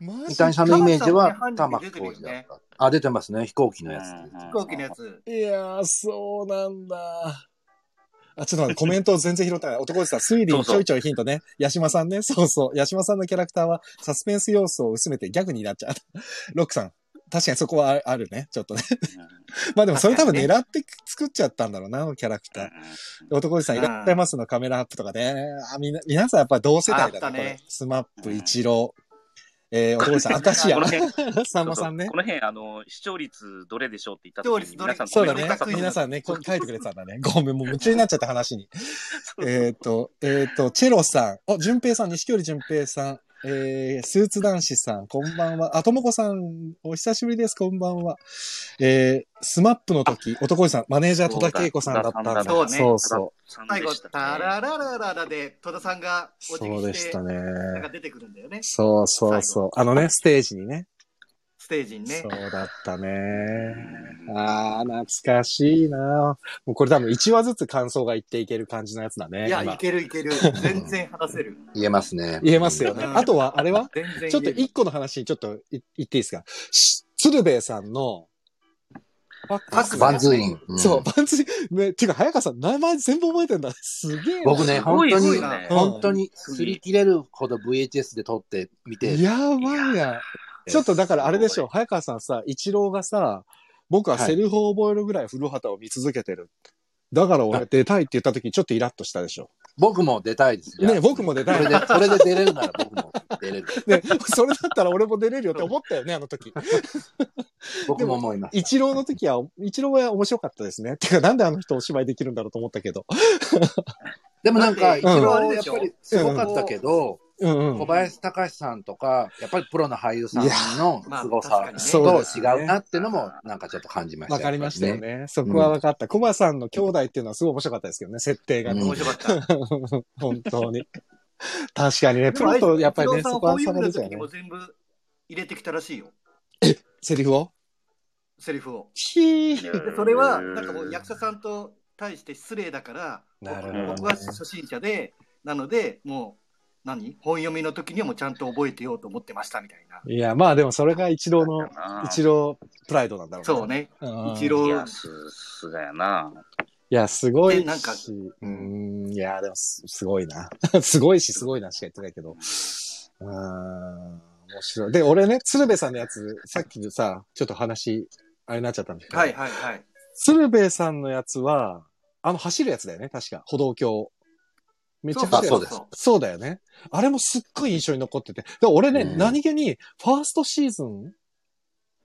A: マ
C: 三
A: ジか
C: 谷さんのイメージは
B: 玉
C: 玉
B: 置
C: 置
B: 浩
C: 浩
B: 二
C: 二
B: だ
C: だ
B: っ
C: ったた。あ、出てますね。飛行機のやつ。
B: 飛行機のやつ。
A: いやー、そうなんだ。あ、ちょっと待って、コメント全然拾ってない。男でさん、推理にちょいちょいヒントね。八島さんね。そうそう。八島さんのキャラクターはサスペンス要素を薄めてギャグになっちゃう。ロックさん。確かにそこはああるね。ちょっとね。まあでもそれ多分狙って作っちゃったんだろうな、あのキャラクター。男でさん、いらっしゃいますのカメラアップとかね。あ、みんな、皆さんやっぱり同世代
B: あった
A: だね。
B: ね
A: これスマップ、一郎。えー、男でさん、アカシ
D: こ
A: ア
D: の、辺、
A: さんまさんね
D: こ。の辺、あの、視聴率どれでしょうって言った
B: 視聴率
D: 時に、
B: どれ
D: 皆さん
A: そ
D: コ
A: うだ
D: メント
A: ね
D: 書く。
A: 皆さんね、こ書いてくれてたんだね。 ごめん、もう夢中になっちゃった話に。
D: そう
A: えーっと、えーっと、チェロさん、あ、淳平さん、錦織淳平さん、えー、スーツ男子さん、こんばんは。あ、ともこさん、お久しぶりです、こんばんは。えー、スマップの時、男おじさん、マネージャー戸田恵子さんだったんだ。
B: そうだ
A: そう
D: そ
A: そ
D: さん
B: 最
D: で
B: 後、
D: したね
B: タラララララで戸田さんが
A: う。
B: お辞
A: そう
B: 儀
A: で
B: し
A: してた、ね。
B: なんか出てくるんだよね。
A: そうそうそう。あのね、ステージにね。
B: ステージにね
A: そ。うだったね。ああ、懐かしいな。もうこれ多分1話ずつ感想が言っていける感じのやつだね。
B: いや、
A: 今
B: いけるいける。全然話せ る。
C: 言えますね。
A: 言えますよね。
B: うん
A: あとは、あれは
B: 全然言える
A: ちょっと一個の話にちょっとい言っていいですかし鶴瓶さんの、ファックス
C: バンズイン。うん
A: そう、バンズイン。ね、ていうか、早川さん、名前全部覚えてんだ。すげえな。
C: 僕ね、本当
D: すご
C: に
D: い、ね
A: うん
C: 本当に、擦り切れるほど VHS で撮ってみて、
A: やばいな。ちょっとだからあれでしょう、早川さんさ、一郎がさ、僕はセリフを覚えるぐらい古畑を見続けてる。だから俺出たいって言った時にちょっとイラッとしたでしょ。
C: 僕も出たいです。じゃあ
A: ね、僕も出
C: そ
A: たい
C: れ。で、それで出れるなら僕も出れる。
A: ね、それだったら俺も出れるよって思ったよね、あの時。
C: 僕も思います。
A: 一郎の時は、一郎は面白かったですね。てか、なんであの人お芝居できるんだろうと思ったけど。
C: でもなんか、一
A: うん
C: 応やっぱりすごかったけど、
A: うんうん。
C: 小林隆さんとか、やっぱりプロの俳優さん
B: い
C: の
B: や
C: 凄
B: まあ確
C: さ
B: かにね
A: そう
C: と
A: です
C: 違
A: ね
C: うなってのも、なんかちょっと感じました。
A: わかりましたよ
C: やっぱ
A: ね。そこはわかった。コバさんの兄弟っていうのはすごい面白かったですけどね、設定がね。
C: うん
B: 面白かった。
A: 本当に。確かに ね、プロとやっぱりね、
B: でも
A: そこ
B: あ
A: は
B: れです
A: 差が
B: よイチローさん、こういうの
A: 出ちゃう
B: 時に
A: ね
B: も。全部入れてきたらしいよ。
A: セリフを
B: セリフを。
A: ひー。
B: でそれは、なんかもう役者さんと対して失礼だから、
A: なるほどね
B: 僕僕は初心者で、なので、もう、何本読みの時にはもうちゃんと覚えてようと思ってましたみたいな。
A: いや、まあでもそれが一郎の、一
D: 一
A: 郎プライドなんだろう
B: そう。ね。
A: うん
B: 一郎
D: いや、すすがやな。
A: いや、すごいし。
B: でなんか
A: うん、いや、でもす、すごいな。 すごいし、すごいなしか言ってないけど。うーん、面白い。で、俺ね、鶴瓶さんのやつ、さっきのさ、ちょっと話、あれになっちゃったんだけど。
B: はい。はいはい。
A: 鶴瓶さんのやつは、あの、走るやつだよね、確か。歩道橋。めっちゃ走るやつ。
C: そうです
A: そうだよね。あれもすっごい印象に残ってて。で俺ね、
C: うん
A: 何気に、ファーストシーズン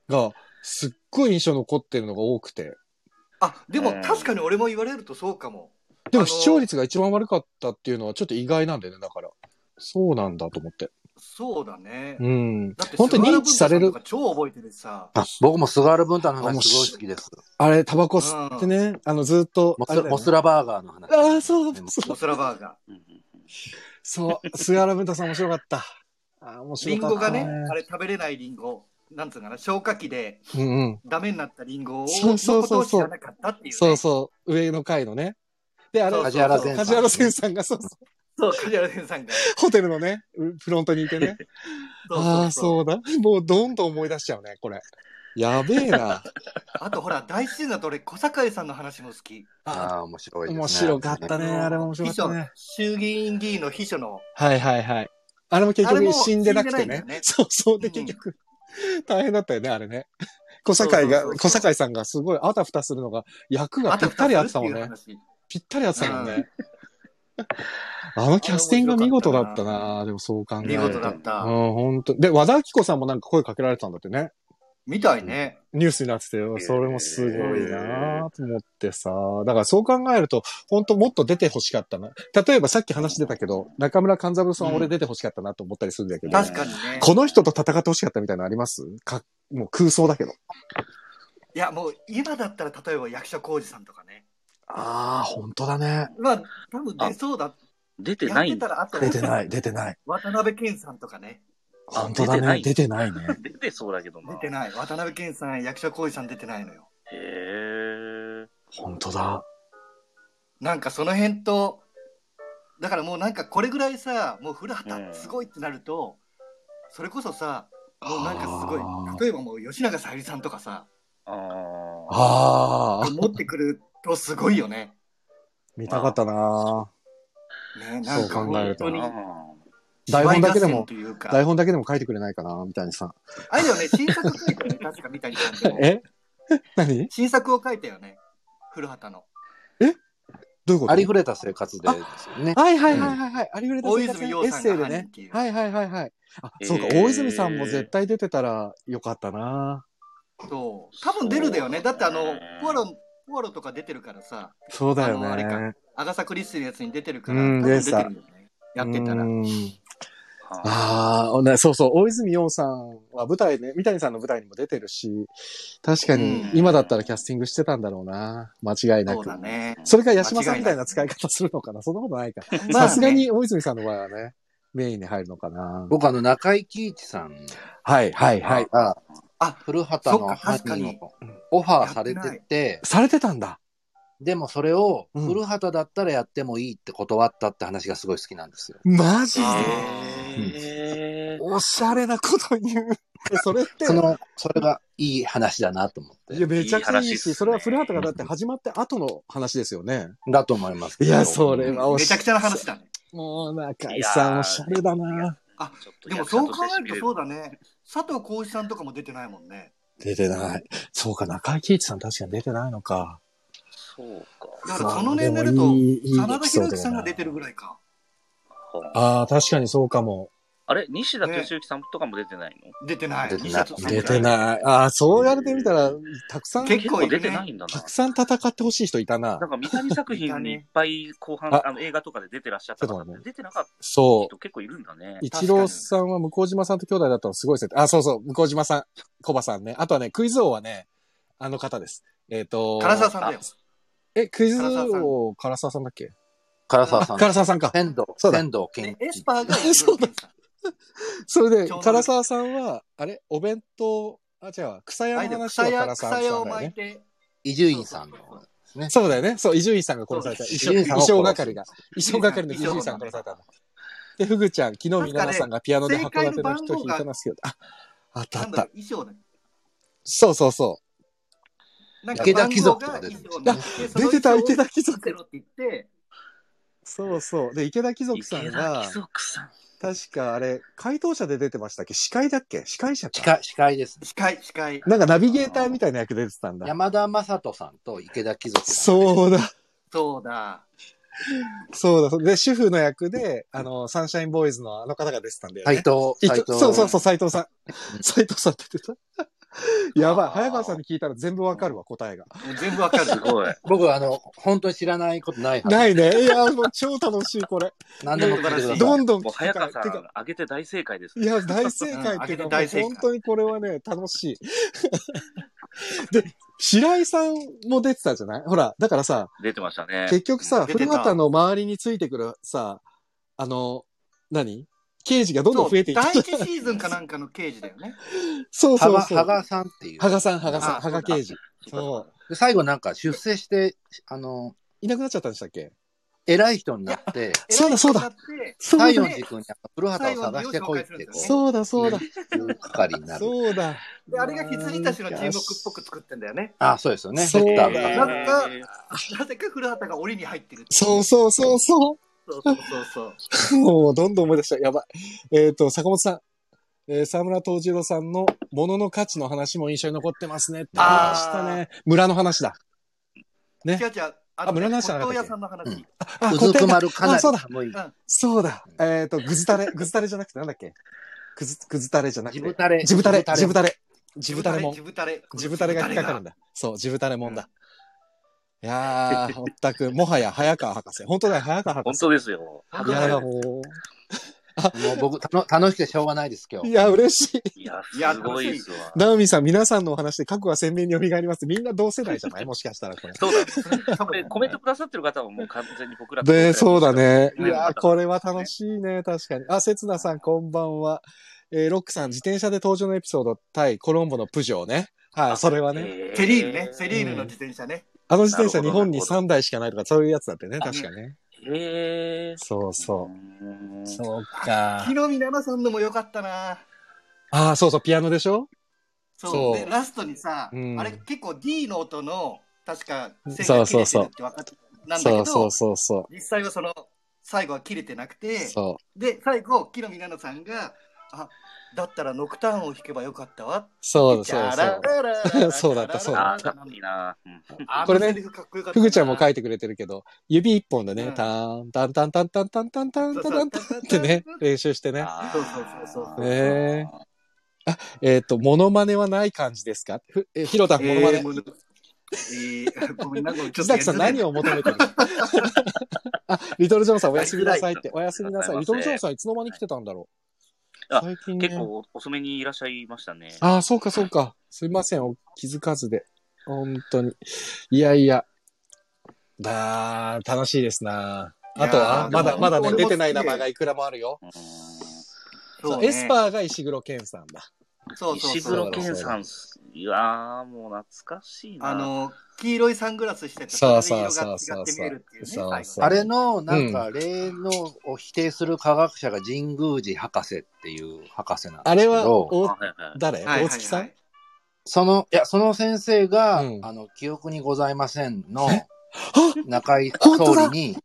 A: が、すっごい印象に残ってるのが多くて。
B: あ、でも
D: うん
B: 確かに俺も言われるとそうかも。
A: で
B: あの
A: も
B: ー
A: 視聴率が一番悪かったっていうのはちょっと意外なんだよね、だから。そうなんだと思って。
B: そうだね。
A: うん。
B: だって
A: 本当に認知される
B: 菅原文太さんとか超覚えてるしさ。
C: 僕も菅原文太の話すごい好きです。
A: あれ、タバコ吸ってね、あの、ずっと
C: モ、
A: あ
C: ス
A: れだよ
C: ラ
A: ね
C: モスラバーガーの話。
A: ああ、そう、そう
B: モスラバーガ
A: そう、菅原文太さん面白かった。ああ、面
B: ー。リ
A: 白
B: ン
A: か
B: ゴ
A: った、
B: がね、あれ食べれないリンゴ。なんつうのかな、消化器で
A: うんうん。
B: ダメになったリンゴを、
A: そうそうそうそう
B: のことを知らなかったっていう、ね。
A: そうそう、上の階のね。で、あれ
B: そう、
C: 梶原
B: そう
C: 善
A: 梶
C: さん
A: 原。千さんが、そうそう、
B: そう、梶原先さんが。
A: ホテルのね、うフロントにい てね。ああ、そうだ。もうどんどん思い出しちゃうね、これ。やべえな。
B: あとほら、大自然だと俺、小堺さんの話も好き。
A: あ
C: ああ、面白いですね。
A: 面白かったね。
B: あ
A: あれも面白か
B: 秘
A: っ
B: 書
A: た
B: の
A: ね。、
B: 衆議院議員の秘書の、
A: はいはいはい。あれも結
B: あれ
A: 局
B: も
A: 死んでなくて
B: 死んでな
A: ね
B: い。んだよね
A: そうそう。
B: う
A: で、
B: ん
A: 結局、大変だったよね、あれね。小堺が
B: そうそうそう、そ
A: 小
B: う
A: 堺さんがすごいあたふたするのが、役が
B: あ
A: ぴ
B: た
A: っ
B: ふ
A: たり合
B: た
A: って
B: す
A: た
B: る
A: もん
B: って
A: ね。
B: いう話。
A: ぴったり合ってたもんね。 あのキャスティング見事だったなでもそう考え
B: 見
A: ると。
B: 事だった。
A: うん、本当。で、和田明子さんもなんか声かけられたんだってね。
B: みたいね。
A: ニュースになってて、それもすごいなぁと思ってさ。だからそう考えると、本当もっと出て欲しかったな。例えばさっき話出たけど、中村勘三郎さんは俺出て欲しかったなと思ったりするんだけど、
B: 確かにね。
A: この人と戦って欲しかったみたいなのありますかもう空想だけど。
B: いや、もう今だったら、例えば役所広司さんとかね。
A: ああ、本当だね。
B: まあ、多分出そうだ。
D: 出て
B: や
D: な
B: っ
D: い
B: て
D: んだ
B: たら、あと、
A: 出てない、出てない。
B: 渡辺謙さんとかね。
A: 本当だね。出
D: 出
A: てないね。
D: 出てそうだけどな。
B: 出てない。渡辺謙さん、役所広司さん出てないのよ。
D: へえ。
A: 本当だ。
B: なんかその辺と、だからもうなんかこれぐらいさ、もう古畑すごいってなると、それこそさ、もうなんかすごい
A: あー、
B: 例えばもう吉永小百合さんとかさ、
D: ああ。
A: ああ、
B: 持ってくるとすごいよね。
A: 見たかったな
B: ねなんか
A: そう考えると
B: 本当に
A: 台本だけで
B: 芝居合戦
A: も
B: と、いうか
A: 台本だけでも書いてくれないかなみたいにさ。
B: あれだよね、新作書いたよね、確か三谷さんでも。
A: え 何
B: 新作を書いたよね、古畑の。
A: どういうこと
C: ありふれた生活でですよね。
A: はいはいはいはいはい。ありふれた
B: 大泉洋
A: エッ
B: さん
A: セイ
B: が
A: で
B: 犯人っ
A: ね。
B: ていう。
A: はいはいはいはい。あ、
D: えー
A: そうか、大泉さんも絶対出てたらよかったな
B: そう。多分出るだよね。だってあ
D: そう
B: の
D: だね、
B: ポワロ、ポワロとか出てるからさ、
A: そうだよ
B: あのあれ
A: ね
B: か。アガサ・クリスティのやつに出てるから、
A: うん
B: 多分
A: で
B: 出
A: した
B: てるよね。やってたら
A: う。ん
D: あ
A: ああ、ねそうそう、大泉洋さんは舞台ね、三谷さんの舞台にも出てるし、確かに
B: うん
A: 今だったらキャスティングしてたんだろうな間違いな
B: そう
A: く。
B: だね。
A: それから八島さんみたいな使
B: 間違
A: い
B: い
A: 方するのかなそんなことないか。
B: まあね
A: さすがに大泉さんの場合はね、メインに入るのかな
C: 僕あの、中井貴一さん
A: はいはいはい。
C: が、
B: あ、
C: 古畑の
B: そっか確かに
C: 犯人をオファーされてて
A: されてたんだ。
C: でもそれを
A: うん
C: 古畑だったらやってもいいって断ったって話がすごい好きなんですよ。
A: マジで
D: へー
A: おしゃれなこと言 う。それって
C: そ、の、それがいい話だなと思っ
A: い
C: て
A: や、。めちゃくちゃい
D: いい話
A: い
D: っす
A: し、
D: ね
A: それは古畑がだって始まって後の話ですよね。
C: だと思います。
A: いや、それはお
B: め
A: し
B: ちゃくちゃな話だね。
A: もう、中井さ
D: いや
A: ん、
D: ー
A: おしゃれだな。
B: あ
D: ちょっと
B: でもそう考えるとそう
D: だ。
B: だね。佐藤浩市さんとかも出てないもんね。
A: 出てない。そうか、中井貴一さん確かに出てないのか。
D: そう
B: だ
D: か。
B: からその年齢
A: まあで
B: だ
A: も
B: と
A: いいいい
B: 真田
A: エピソー
B: 広
A: ドだ
B: 之さん
A: な
B: が出てるぐらいか。
A: ああ、確かにそうかも。
D: あれ西田敏行さんとかも出てないの
B: 出てない。
C: 出てな
B: 西
C: い
B: 田敏行さん
A: 出てない。ああ、そうやれてみたら、たくさん、
B: 結
D: 結
B: 構
D: 構
B: いるね
D: 出てないんだな
A: た。くさん戦ってほしい人いたな
D: な。んか三谷作品にいっぱい後半、
A: あ
D: あの映画とかで出てらっしゃった方
A: そうだね
D: 出てなかっ
A: そ
D: た
A: う。
D: 人結構いるんだね。
A: 一郎さんは向島さんと兄弟だったのすごいですね。あ、そうそう、向島さん、コバさんね。あとはね、クイズ王はね、あの方です。えっ、と、
B: 唐沢さんだよ。
A: え、クイズ王、唐沢さんだっけ
C: 唐沢さ
A: あ
C: ん。
A: 唐沢さんか。
C: 仙道、
A: そうだ
C: 仙道健
B: ね
C: 一
B: エスパーが
A: そうだそれで、
B: ちょうど
A: 唐沢さんは、あれお弁当、あ、違う、草屋
B: あれだ
A: の
B: よ
A: 話を
B: 草
A: 唐
B: 屋
A: 沢さん
B: 草
A: した
B: 屋を
A: んだよ
B: 巻い
A: ね。
B: て。
C: 伊集院さんの。
A: そうだよね。そう、伊集院さんが殺された。
B: そう
A: 衣
C: 伊
A: 装
C: 集院さんを
A: 衣
C: 殺す
A: 装係が。衣装係の伊
B: 伊
A: 集
B: 集
A: 院
B: 院
A: さん
B: さん
A: が殺されたの。で、フグちゃん、昨日ミナナさんがピアノで函館の人弾いてますけど。あ、あったあ
B: なん
A: っ
B: だろ
A: た
B: う。衣装だ。
A: そうそうそう。
B: なん
C: 池田貴族とか出てる
A: 出てた、池田貴
B: ゼ
A: 族。
B: ロって言って、
A: そうそう。で、池田貴族さん
D: 池田
A: が
D: 貴、族さん。
A: 確かあれ、回答者で出てましたっけ司会だっけ司会者
C: 司
A: か。
C: 会、司会ですね。
B: 司会、司会。
A: なんかナビゲーターみたいな役で出てたんだ。
C: 山田雅人さんと池田貴族さん。
A: そうだ、
B: そうだ。
A: そうだ。で、主婦の役で、あの、サンシャインボーイズのあの方が出てたんだよ
C: 斎
A: ね。
C: 藤、
A: い
C: 斎
A: と
C: 藤。
A: そうそうそう、
C: う。
A: 斎藤さん。斎藤さん出てた。やばい。
D: あー
A: 早川さんに聞いたら全部わかるわ、答えが。
B: もう全部わかる。
D: す ごい。
C: 僕、あの、本当に知らないことないはず。
A: ないね。いや、もう超楽しい、これ。
C: 何でも聞いてくださ
A: ど
C: い。
A: んどん
D: も
A: 聞
D: う
A: き
D: 早
A: たい。
D: 川さん
A: てか、、
D: 上げて大正解です
A: い
D: ね。
A: や、大正解っていうか、
B: うん
A: もう
B: 大正解
A: 本当にこれはね、楽しい。で、白井さんも出てたじゃないほら、だからさ、
D: 出てましたね。
A: 結局さ、
B: 出て
A: 古
B: た
A: 畑の周りについてくるさ、あの、何刑事がどんどん増えていっ
B: そう
A: た。
B: 第一シーズンかなんかの刑事だよね。
A: そう
C: は
A: そう
C: が、
A: そう。
C: はがさんっていう
A: は。がさん、はがさん、
B: あ
A: はが刑事。
D: そうか
C: で最後なんか出世して、あの、
A: いなくなっちゃったんでしたっけ
C: 偉い人になって、
A: そうだそうだ
B: 偉い人に
A: そうだ、
B: なって。
C: 西園寺君にあの古畑を探してこいって、こ
B: 西園寺
A: そうだ、そうだ、
C: う、係になる。
A: そうだ。
B: で、あれが羊たちの沈黙っぽく作ってんだよね。
C: あ、そうですよね。
A: そう
C: だ
A: だ
D: え
B: な
D: ー
B: んかなぜか古畑が檻に入ってるってい
A: そうそうそうそ
B: そうそうそうそ
A: う。
B: う。
A: もう、どんどん思い出した。やばい。えっ、と、坂本さん。えー、沢村藤次郎さんの物の価値の話も印象に残ってますね。ありましたね。村の話だ。え
B: 違う違う。あ
A: あ村の話じゃな
B: 骨
A: かったっけ
B: 董屋さんの話。
C: うん
A: あ
C: うずくまるかな
A: あ
C: り
A: そうだ、
C: 寒い。
A: そうだ。えっ、と、ぐずたれ、ぐずたれじゃなくてなんだっけくず、ぐずたれじゃなく
C: ジ
A: て。
C: ブタレ。
A: ジブタレ、ジブ
C: タ
A: タレ。ジブタレもん
B: ジ。ブタレ。
A: ジブタレが引っかかるん
B: だ。
A: だ。そう、ジブタレもんだ。いやー、ほったく、もはや早川博士。本当だよ、早川博
D: 本
A: 士。
D: 当ですよ。
A: いやー、
D: い
A: も
C: レ。もう僕、たの楽しくてしょうがないです、今
A: う。
C: 日。
A: いや、嬉しい。
D: や、
B: いや
D: すごいっすわ。
A: ナオミさん、皆さんのお話で過去が鮮明に蘇ります。みんな同世代じゃないもしかしたらこ れ。
D: そうだ、ね。
B: 多
D: これコメントくださってる方はもう完全に僕らと
A: で、そうだ。ね。い
D: ね
A: やー、これは楽しいね、確かに。あ、せつなさん、こんばんは。えーロックさん、自転車で登場のエピソード対コロンボのプジョーね。はい、それはね。
D: え
B: セリーヌね。セリーヌの自転車ね。
A: あの自転車
D: な
A: 日
D: るほど
A: 本に3台しかないとか、そういうやつだってね、確かね。
D: へえ。
A: そうそうう。
D: ん
A: そうか
B: 木。の実奈々さんのも良かったな。
A: ああ、そうそう、ピアノでしょ
B: そう。
A: そう
B: で、ラストにさ、
A: うん
B: あれ結構 D の音の、確か、
A: そうそうそう
B: 線が切れてるって分かってなんだ
A: そう
B: け
A: そう
B: ど、
A: そうそ
B: 実際はその、最後は切れてなく
A: う。
B: て、
A: そ
B: で、最後、木の実奈々さんが、あ、だったらノクターンを弾けばよかったわって。
A: う。 そうそう
B: チ
A: そ
B: ャラ
A: う。
B: ララララ
A: そうだったそうだ
D: あー、かっこいいな。うん
B: あの
A: これね
B: セリフかっこよかった
A: ふ
B: な
A: ぐちゃんも書いてくれてるけど、指一本で
B: う
A: ね、
B: ん
A: ターン、タンタンタンタンタンタンタンタンタンタンってね、練習してね。
D: あー
B: そうそうそうそう
A: ねえっと、モノマネはない感じですかふえ、ひろたん、モノマ
B: えー
A: ネ。
B: ものえーごめんなさい。ち
A: 木
B: ょっと
A: 崎
B: やり
A: さ
B: づ
A: ん
B: らい
A: 何を求めてる あ、リトルジョンさんおやすみなさいって。お
D: はい
A: やすみなさい。
D: あ
A: リ
D: りがと
A: ト
D: う
A: ル
D: ご
A: ジ
D: ざ
A: ョ
D: います
A: ンさんいつの間に来てたんだろう。
D: あ
A: 最近ね
D: 結。構遅めにいらっしゃいましたね。
A: ああ、そうかそうか。すいません。お気づかずで。本当に。いやいや。だー楽しいですな。あと
B: いや
A: は、
B: ー
A: まだ
D: でも
A: まだね、
B: 俺も好き
A: 出てない名前がいくらもあるよ。
D: うん
B: そうね
A: エスパーが石黒健さんだ。
B: そうそう
D: 石
B: そ
D: 黒
B: う。
D: 健さんっす、いやー、もう懐かしいな。
B: あの、黄色いサングラスしてて、
A: そう
B: それで色
A: そ
B: が
A: うそう
B: 違って見えるっていうね。
A: そうそう
B: 最後
A: そう
C: あれの、なんか、霊能を否定する科学者が神宮寺博士っていう博士なんですけど、
A: あれは、
D: あ
A: お
D: はいはい
A: 誰、
B: はいはいはい
A: 大月さん
C: その、いや、その先生が、
A: うん
C: あの、記憶にございませんの、
A: あ
C: 中井
A: 本当だ
C: 総理に、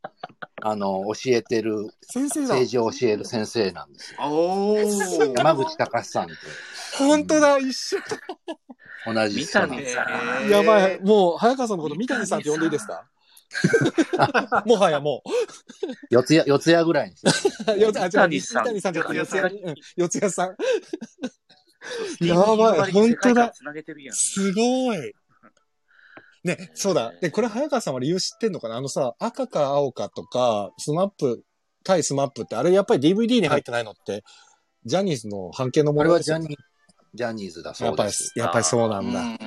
C: あの、教えてる、
A: 先生だ
C: 政治を教える先生なんですよ。
B: おー。
C: 山口隆さんと
A: 本当だ、一緒。
C: 同じ
D: 三
C: 人
D: 谷
B: です
D: さん。
B: え ー
A: やばい。もう、早川さんのこと三谷さんって呼んでいいですかもはやもう。
C: 四ツ谷、四ツ谷ぐらい にしてる。
A: よあ違う
D: 三谷さ
A: 三
D: ん
A: 谷さんじゃなくて四
B: 四
A: ツ
B: 谷
A: 谷、うん四谷さん。
D: やばい、本当だ。
A: すごい。ね、そうだ。で、これ早川さんは理由知ってんのかなあのさ、赤か青かとか、スマップ、対スマップって、あれやっぱり DVD に入ってないのって、ジャニーズの半径のも
C: あれ
A: の
C: は
A: です
C: ジ
A: よ
C: ャ
A: ね
C: ニー、 ジャニーズだ
A: や
C: そ
A: っ
C: う
A: ぱ
C: で
A: り
C: す。、
A: やっぱりそうな
B: うん
A: だ。
B: ん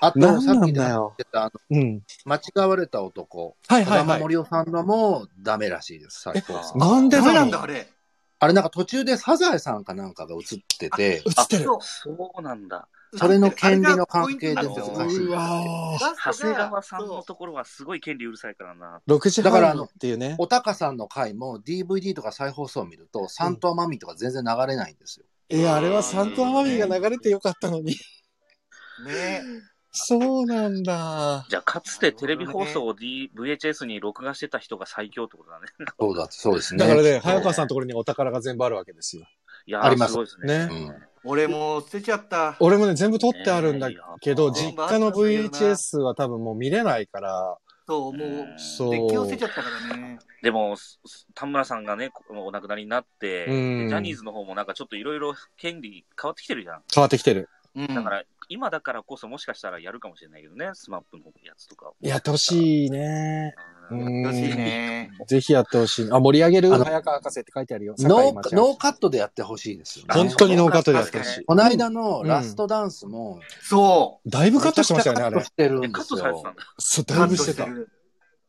C: あと、
A: 何
C: さ
A: な
C: っ
A: ん
C: きで
A: だ
C: 言
A: よ
C: っ。てた、あの、
A: うん。
C: 間違われた男、
A: はい
C: 小
A: はい
C: 玉
A: はい。
C: 森夫さんのもダメらしいです、最高さん。
A: なんで
B: ダ
A: だ
B: メな
A: ろうん
B: だ、あれ。
C: あれなんか途中でサザエさんかなんかが映ってて、
A: 映ってる。
B: そう
D: そうなんだ。
C: それの権利の関係
D: あ
C: で
D: のー
C: 難しいん
A: う
C: だって。
A: わ
B: ラストが
D: 長谷川さんの
B: そ
D: ところはすごい権利うるさいからな。
A: ぁ。6時
C: だからあ
A: 半
C: の
A: っていうね。
C: おたかさんの回も DVD とか再放送を見ると、サントアマミとか全然流れないんですよ。
A: いや、あれはサントアマミが流れてよかったのに。
B: うね
A: そうなんだ。
D: じゃあ、かつてテレビ放送を D VHS に録画してた人が最強ってことだね。
C: そうだ、そうですね。
A: だからね、早川さんのところにお宝が全部あるわけですよ。
D: いや
C: あり
D: ー、
C: ます
D: すごいですね。
A: ね
B: 俺もう捨てちゃった。
A: 俺もね、全部撮ってあるんだけど、
D: ね
A: 実家の VHS は多分もう見れないから、
B: そう、もう、
A: そう。
B: デッキを捨てちゃったからね。
D: でも、すす田村さんがね、こお亡くなりになって、
A: うん
D: でジャニーズの方もなんかちょっといろいろ権利変わってきてるじゃん。
A: 変わってきてる。
B: うん。
D: だから、今だからこそもしかしたらやるかもしれないけどね、スマップのやつとか。
A: やってほしいね。
D: う。
A: うんん
B: よろしいね。
A: ぜひやってほしい。あ、盛り上げる
C: あの
A: 早川博士って書いてあるよ。
C: ノー
A: 酒井町
C: ノーカットでやってほしいですよね。
A: 本当にノーカットでやってほしい。
C: この間のラストダンスも、
B: そ
A: だいぶカットしてましたよね、あ
C: めち
A: れ
C: ゃくちゃカット。して
D: え
C: るん
D: カ
C: で
D: ッ
C: す
D: ト
A: そう、だ
B: う。
D: されてたん。だ。
C: よ
A: いぶしてた
B: カット。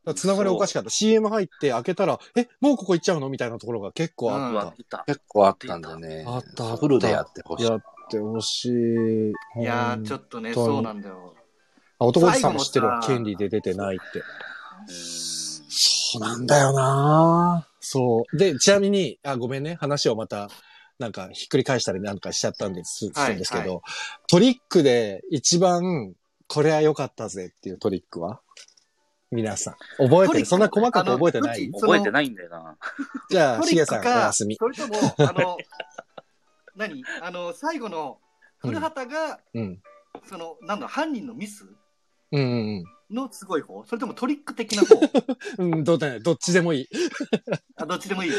B: る
A: つながりおかしかった。CM 入って開けたら、え、もうここ行っちゃうのみたいなところが結構あ
D: う
A: っ
D: わ、
A: た。
D: 出た。
C: 結構あったんでね。
A: あったあった
C: フルでやってほしい。
A: やってほしい。
B: いやー、ちょ
A: っと。
B: っとね、
A: 本当に
B: そうなんだよ。
A: あ男さんも知ってるわ。
B: 最後
A: 権
B: のさ
A: 利で出てないって。
D: うん
A: そうなんだよなそう。で、ちなみに、あ、ごめんね。話をまた、なんか、ひっくり返したりなんかしちゃったんです、
B: はい
A: するんですけど、トリックで一番、これは良かったぜっていうトリックは皆さん。覚えて
B: トリッ
A: る
B: ク
A: そんな細かく覚えてな
B: あの
A: い
B: どっち
D: 覚えてないんだよな。
A: じゃあ、
B: ト
A: し
B: リ
A: げ
B: ッ
A: さん
B: ク
A: お
B: か、
A: やす
B: それ
A: み。
B: とも、あの、 何あの、最後の、古畑が、
A: うん。
B: その、なんだ、犯人のミス
A: うんうん
B: のすごい方それともトリック的 な方
A: うん。うん、どうだね。どっちでもいい。
B: あどっちでもいい。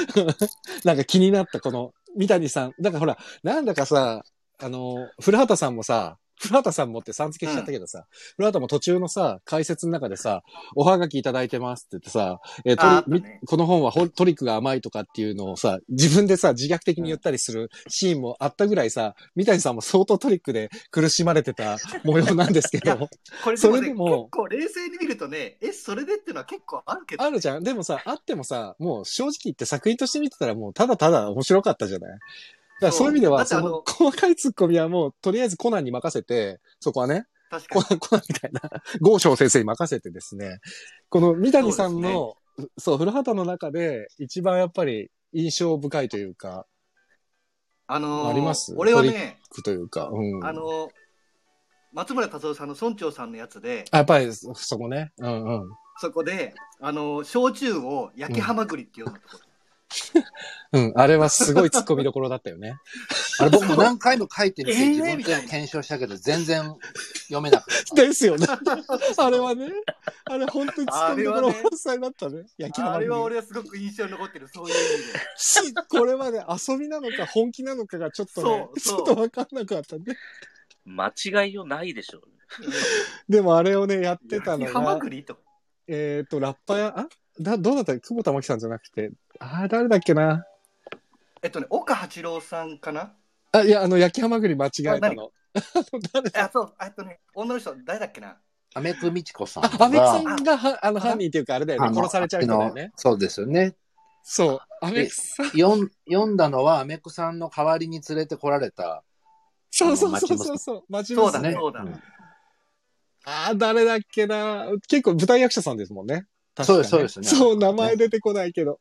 A: なんか気になった、この、三谷さん。だからほら、なんだかさ、あの、古畑さんもさ、古畑さんもってさん付けしちゃったけどさ、古畑も途中のさ、解説の中でさ、おはがきいただいてますって言ってさ、えートリ
B: ああったね
A: みこの本はほトリックが甘いとかっていうのをさ、自分でさ、自虐的に言ったりするシーンもあったぐらいさ、三谷さんも相当トリックで苦しまれてた模様なんですけ
B: いや
A: ど、
B: これ
A: それ
B: ね
A: でも
B: 結構冷静に見るとね、え、それでっていうのは結構あるけど、
A: あるじゃん。でもさ、あってもさ、もう正直言って作品として見てたらもうただただ面白かったじゃないだからそういう意味では、そ
B: そ
A: う
B: だってあ
A: の
B: の
A: 細かいツッコミはもうとりあえずコナンに任せて、そこは ね、
B: 確
A: コ
B: かに。
A: ナン、コナンみたいな、豪昌先生に任せてですね、この三谷さんの、そう,、古畑の中で一番やっぱり印象深いというか、
B: あのー
A: あります
B: 俺は
A: トリ
B: ね、
A: というか、うん。
B: あのー松村達夫さんの村長さんのやつで、
A: あやっぱりそそこね、うんうん。
B: そこで、あのー焼酎を焼きハマグリって呼んだところ。
A: うん、あれはすごいツッコミどころだったよね。
C: あれ僕も何回も書いてみ
B: え
C: て、
B: ー
C: 自分で検証したけど、全然読めなくて。
A: ですよね。あれはね。あれ本当にツッコミどころ満載だったね。焼きハ
B: あ
A: マグ
B: れ
A: リ
B: は俺はすごく印象に残ってる、そういう意味で。
A: しこれはね、遊びなのか本気なのかがちょっとね、ち
B: そ
A: ょ
B: うそ
A: っ
B: う
A: とわかんなかったね。
D: 間違いよないでしょう。
A: でもあれをね、やってた
B: 焼
A: の
B: きハマ
A: が、
B: グリと。
A: えっ、と、ラッパや、あだ、どうだった久保田真希さんじゃなくて、あー誰だっけな。
B: えっとね、岡八郎さんかな
A: あ、いや、あの、焼きハマグリ間違えたの。
B: あ、そう、あえっとね、女の人、誰だっけな
C: アメクミチコさん
A: あ、アメクさ
C: が
A: んがは、あの、犯人っていうかあれだよ
C: あ
A: ね。
C: の
A: 殺されちゃう人だよね。
C: そうですよね。
A: そう。アメクさん。
C: 読ん読んだのは、アメクさんの代わりに連れてこられた
A: そうそうそうそうそう。町娘
B: そうだね、そうだ。
C: うん
A: ああ、誰だっけな。結構舞台役者さんですもんね。確かに
C: そうですそうですね
A: そう、名前出てこないけど。